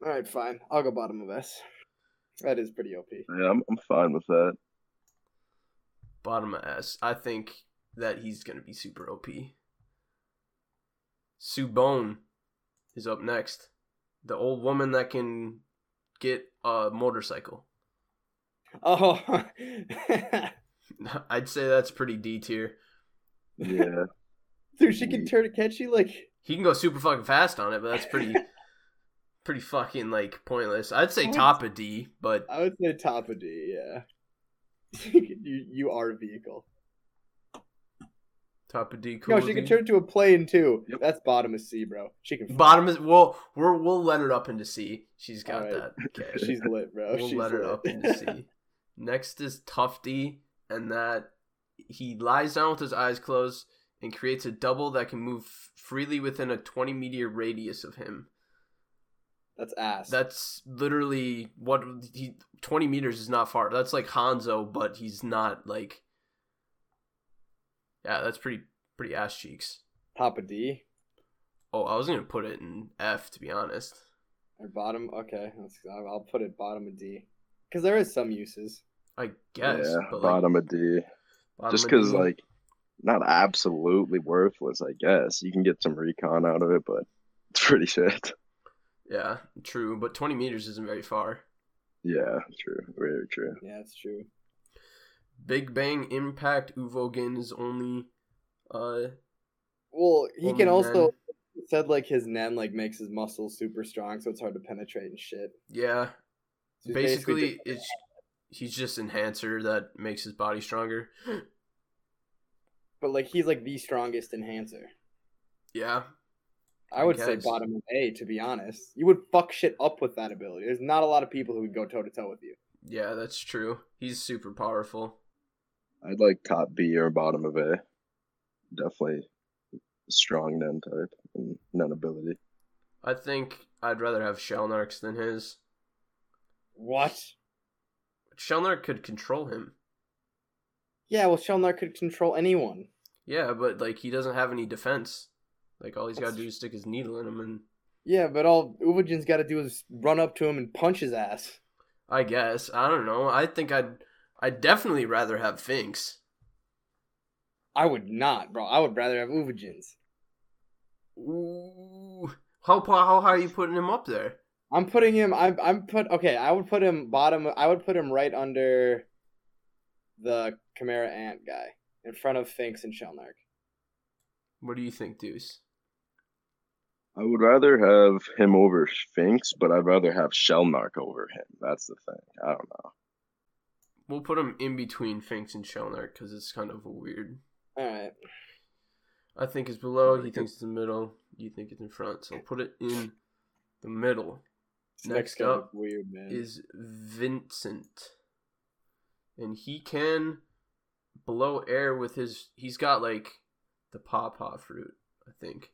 All right, fine. I'll go bottom of S. That is pretty OP.
Yeah, I'm I'm fine with that.
bottom of S. I think that he's gonna be super OP. Subone is up next. The old woman that can get a motorcycle.
Oh,
I'd say that's pretty D tier.
Yeah,
dude, she can turn catch you like
He can go super fucking fast on it, but that's pretty pretty fucking like pointless. I'd say
What?
top of D, but
I would say top of D, yeah. you, you are a vehicle.
top of D cool.
No, she can
D.
turn into a plane too.
Yep.
That's bottom of C, bro. She can. fly.
bottom is well we're we'll let it up into C. She's got
Alright.
that. Okay.
She's lit, bro.
we'll
She's
let her
lit.
up and see. Next is Tufty, and that he lies down with his eyes closed and creates a double that can move f- freely within a 20 meter radius of him.
That's ass.
That's literally what he 20 meters is not far. That's like Hanzo, but he's not like. Yeah, that's pretty pretty ass cheeks.
top of D
Oh, I was gonna put it in F to be honest.
or bottom. Okay, that's, I'll I'll put it bottom of D because there is some uses.
I guess.
yeah.
but, like,
Bottom of D.
bottom
just
of
because
D.
like not absolutely worthless i guess you can get some recon out of it but it's pretty shit
yeah, true. But 20 meters isn't very far.
yeah true very true
Yeah, that's true.
Big Bang Impact Uvogin is only uh
Well, he
Only
can also
men.
it said like his nen like makes his muscles super strong, so it's hard to penetrate and shit.
yeah,
So he's
basically
just-
it's he's just enhancer that makes his body stronger.
but like he's like the strongest enhancer.
Yeah.
I
I
would say
guess.
bottom of A to be honest. You would fuck shit up with that ability. There's not a lot of people who would go toe to toe with you.
Yeah, that's true. He's super powerful.
I'd like top B or bottom of A. Definitely strong nun type and nun ability.
I think I'd rather have Shelnark's than his.
What?
Shelnark could control him.
Yeah, well Shelnar could control anyone.
Yeah, but like he doesn't have any defense. Like all he's got to
That's-
do is stick his needle in him, and
Yeah, but all Uvajin's got to do is run up to him and punch his ass.
I guess I don't know. I think I'd I'd definitely rather have Finks.
I would not, bro. I would rather have Uvajin's.
Ooh, how pa- how high are you putting him up there?
I'm putting him. I'm. I'm put. Okay, I would put him bottom. I would put him right under the Chimera Ant guy in front of Finks and Shelnark.
What do you think, Deuce?
I would rather have him over Sphinx, but I'd rather have Shelnark over him. That's the thing. I don't know.
We'll put him in between Finks and Shelnark because it's kind of a weird.
All right.
I think it's below. He thinks it's in the middle. You think it's in front. So put it in the middle.
This
Next
guy's
up
weird man.
is Vincent. And he can blow air with his he's got like the pawpaw fruit, I think.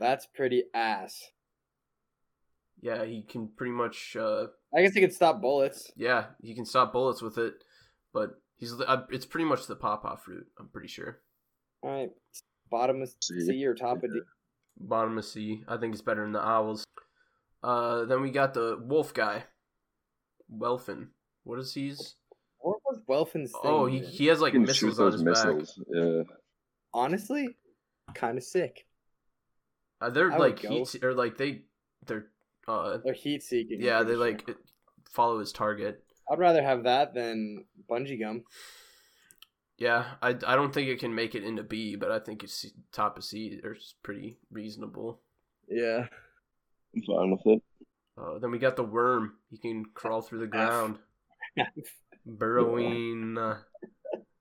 That's pretty ass.
Yeah, he can pretty much uh
I guess he could stop bullets.
yeah, he can stop bullets with it, but he's uh, it's pretty much the pawpaw fruit, I'm pretty sure.
All right. Bottom of
See?
C or top of D.
Bottom of C. I think it's better than the owls. Uh then we got the wolf guy. Welfin. What is he's?
What was Welfin's thing?
Oh, he,
man?
he has like
He can shoot
missiles on
those
his back.
missiles. Yeah.
honestly, kind of sick.
Uh, they're
I would
like
go.
heat or like they they're uh
They're heat seeking.
yeah they like follow his target.
I'd rather have that than bungee gum.
Yeah, I, I don't think it can make it into B, but I think it's top of C or it's pretty reasonable.
Yeah.
I'm fine with it.
Uh, then we got the worm. He can crawl through the ground, burrowing. uh,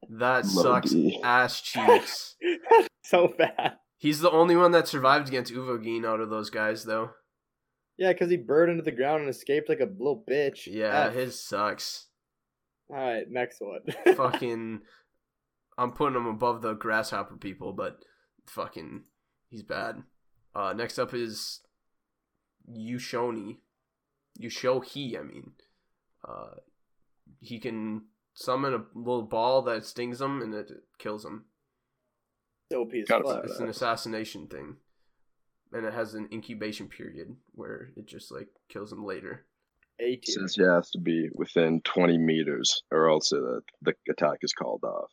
That
Low
sucks
B.
ass cheeks.
so bad.
He's the only one that survived against Uvogin out of those guys though.
Yeah, because he burrowed into the ground and escaped like a little bitch.
Yeah,
F.
his sucks.
All right, next one.
fucking I'm putting him above the grasshopper people, but fucking he's bad. Uh next up is Yushoni. Yushohi, I mean. Uh he can summon a little ball that stings him and it kills him.
OP as
Gotta
fuck.
say
It's an assassination thing. And it has an incubation period where it just like kills him later.
A
It
tier.
says you have to be within 20 meters, or else the, the attack is called off,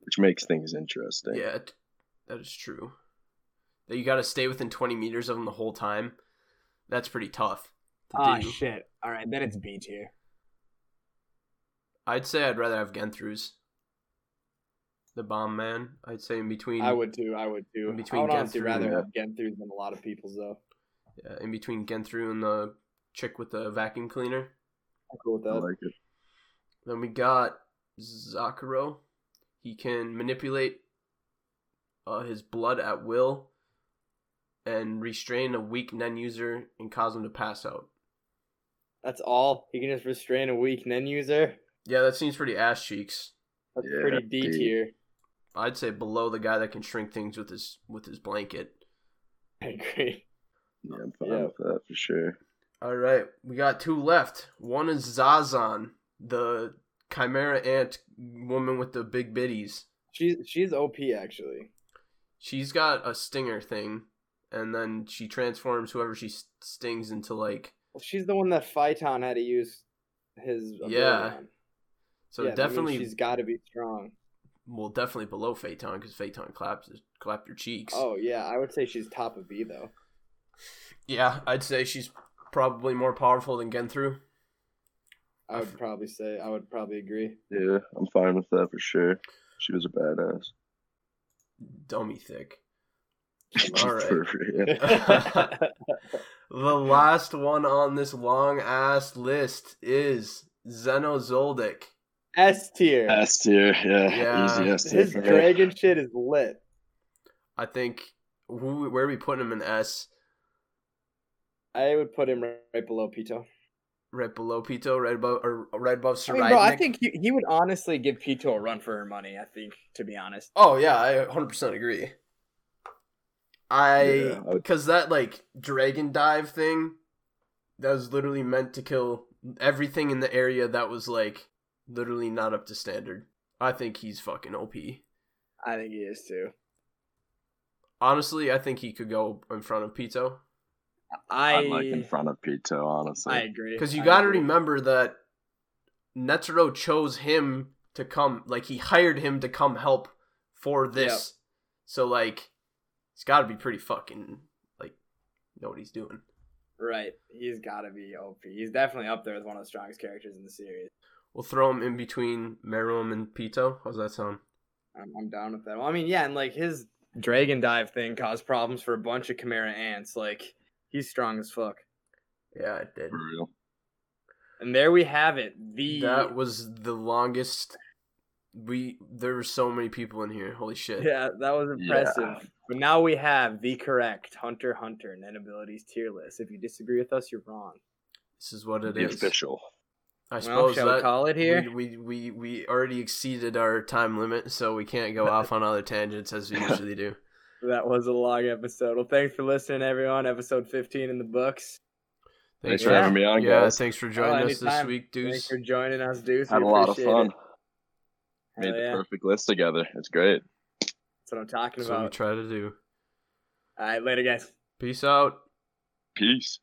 which makes things interesting.
Yeah, it- that is true. That you got to stay within 20 meters of him the whole time. That's pretty tough. to
Ah,
do.
shit. All right, then it's B tier.
I'd say I'd rather have Genthru's. The bomb man. I'd say in between.
I would too. I would too.
In between
I would honestly
Genthru
rather
and-
have Genthru than a lot of people's though.
Yeah, in between Genthru and the chick with the vacuum cleaner.
I'm cool with
I
that.
like it.
Then we got Zakuro. He can manipulate uh, his blood at will and restrain a weak Nen user and cause him to pass out.
That's all. You can just restrain a weak Nen user.
Yeah, that seems pretty ass cheeks.
That's
Yeah,
pretty D
D.
tier.
I'd say below the guy that can shrink things with his with his blanket.
I agree.
Yeah, I'm fine
Yeah.
with that for sure.
All right, we got two left. One is Zazan, the chimera ant woman with the big bitties.
She's she's OP actually.
She's got a stinger thing, and then she transforms whoever she s- stings into like.
Well, she's the one that Phyton had to use his. ability
Yeah.
on.
So
Yeah, that means
definitely,
she's got to be strong.
well, definitely below Phaeton because Phaeton claps clap your cheeks.
Oh yeah, I would say she's top of B though.
yeah, I'd say she's probably more powerful than Genthru.
I would probably say I would probably agree.
Yeah, I'm fine with that for sure. She was a badass.
Dummy thick.
She's
All right.
perfect.
The last one on this long ass list is Xenozoldic.
S tier.
S tier, yeah,
Yeah.
easy S tier.
His
for me.
dragon shit is lit.
I think who where are we putting him in S?
I would put him right, right below Pito.
Right below Pito, right above or right above
I
Sir
mean, bro, I think he, he would honestly give Pito a run for her money. I think, to be honest.
Oh yeah, I 100% agree. I
Yeah, I would-
because that like dragon dive thing that was literally meant to kill everything in the area that was like literally not up to standard. I think he's fucking OP.
I think he is too.
Honestly, I think he could go in front of Pito
I
I'm like in front of Pito, honestly.
I agree.
because you
I
got to
agree.
remember that Netero chose him to come, like he hired him to come help for this. So like, it's got to be pretty fucking like know what he's doing.
Right. He's got to be OP. He's definitely up there as one of the strongest characters in the series.
We'll throw him in between Meruem and Pito. How's that sound?
I'm, I'm down with that. Well, I mean, yeah, and like his dragon dive thing caused problems for a bunch of Chimera ants. Like, he's strong as fuck.
Yeah, it did.
For real.
And there we have it. The
That was the longest. We there were so many people in here. Holy shit!
yeah, that was impressive. But now we have the correct Hunter x Hunter and abilities tier list. If you disagree with us, you're wrong.
This is what it
The
is.
official.
I
Well,
suppose
shall we
that
call it here?
We, we we we already exceeded our time limit, so we can't go off on other tangents as we usually do.
That was a long episode. Well, thanks for listening, everyone. Episode 15 in the books.
Thanks
for
having me on,
Yeah,
guys.
thanks for joining us this
Oh, anytime.
week,
Thanks
Deuce.
for joining us, Deuce.
Had
We
a lot of
appreciate
fun.
it.
Made
Hell
the
yeah.
perfect list together. It's great.
That's what I'm talking
That's what we
about.
try to do.
All right, later, guys.
Peace out.
Peace.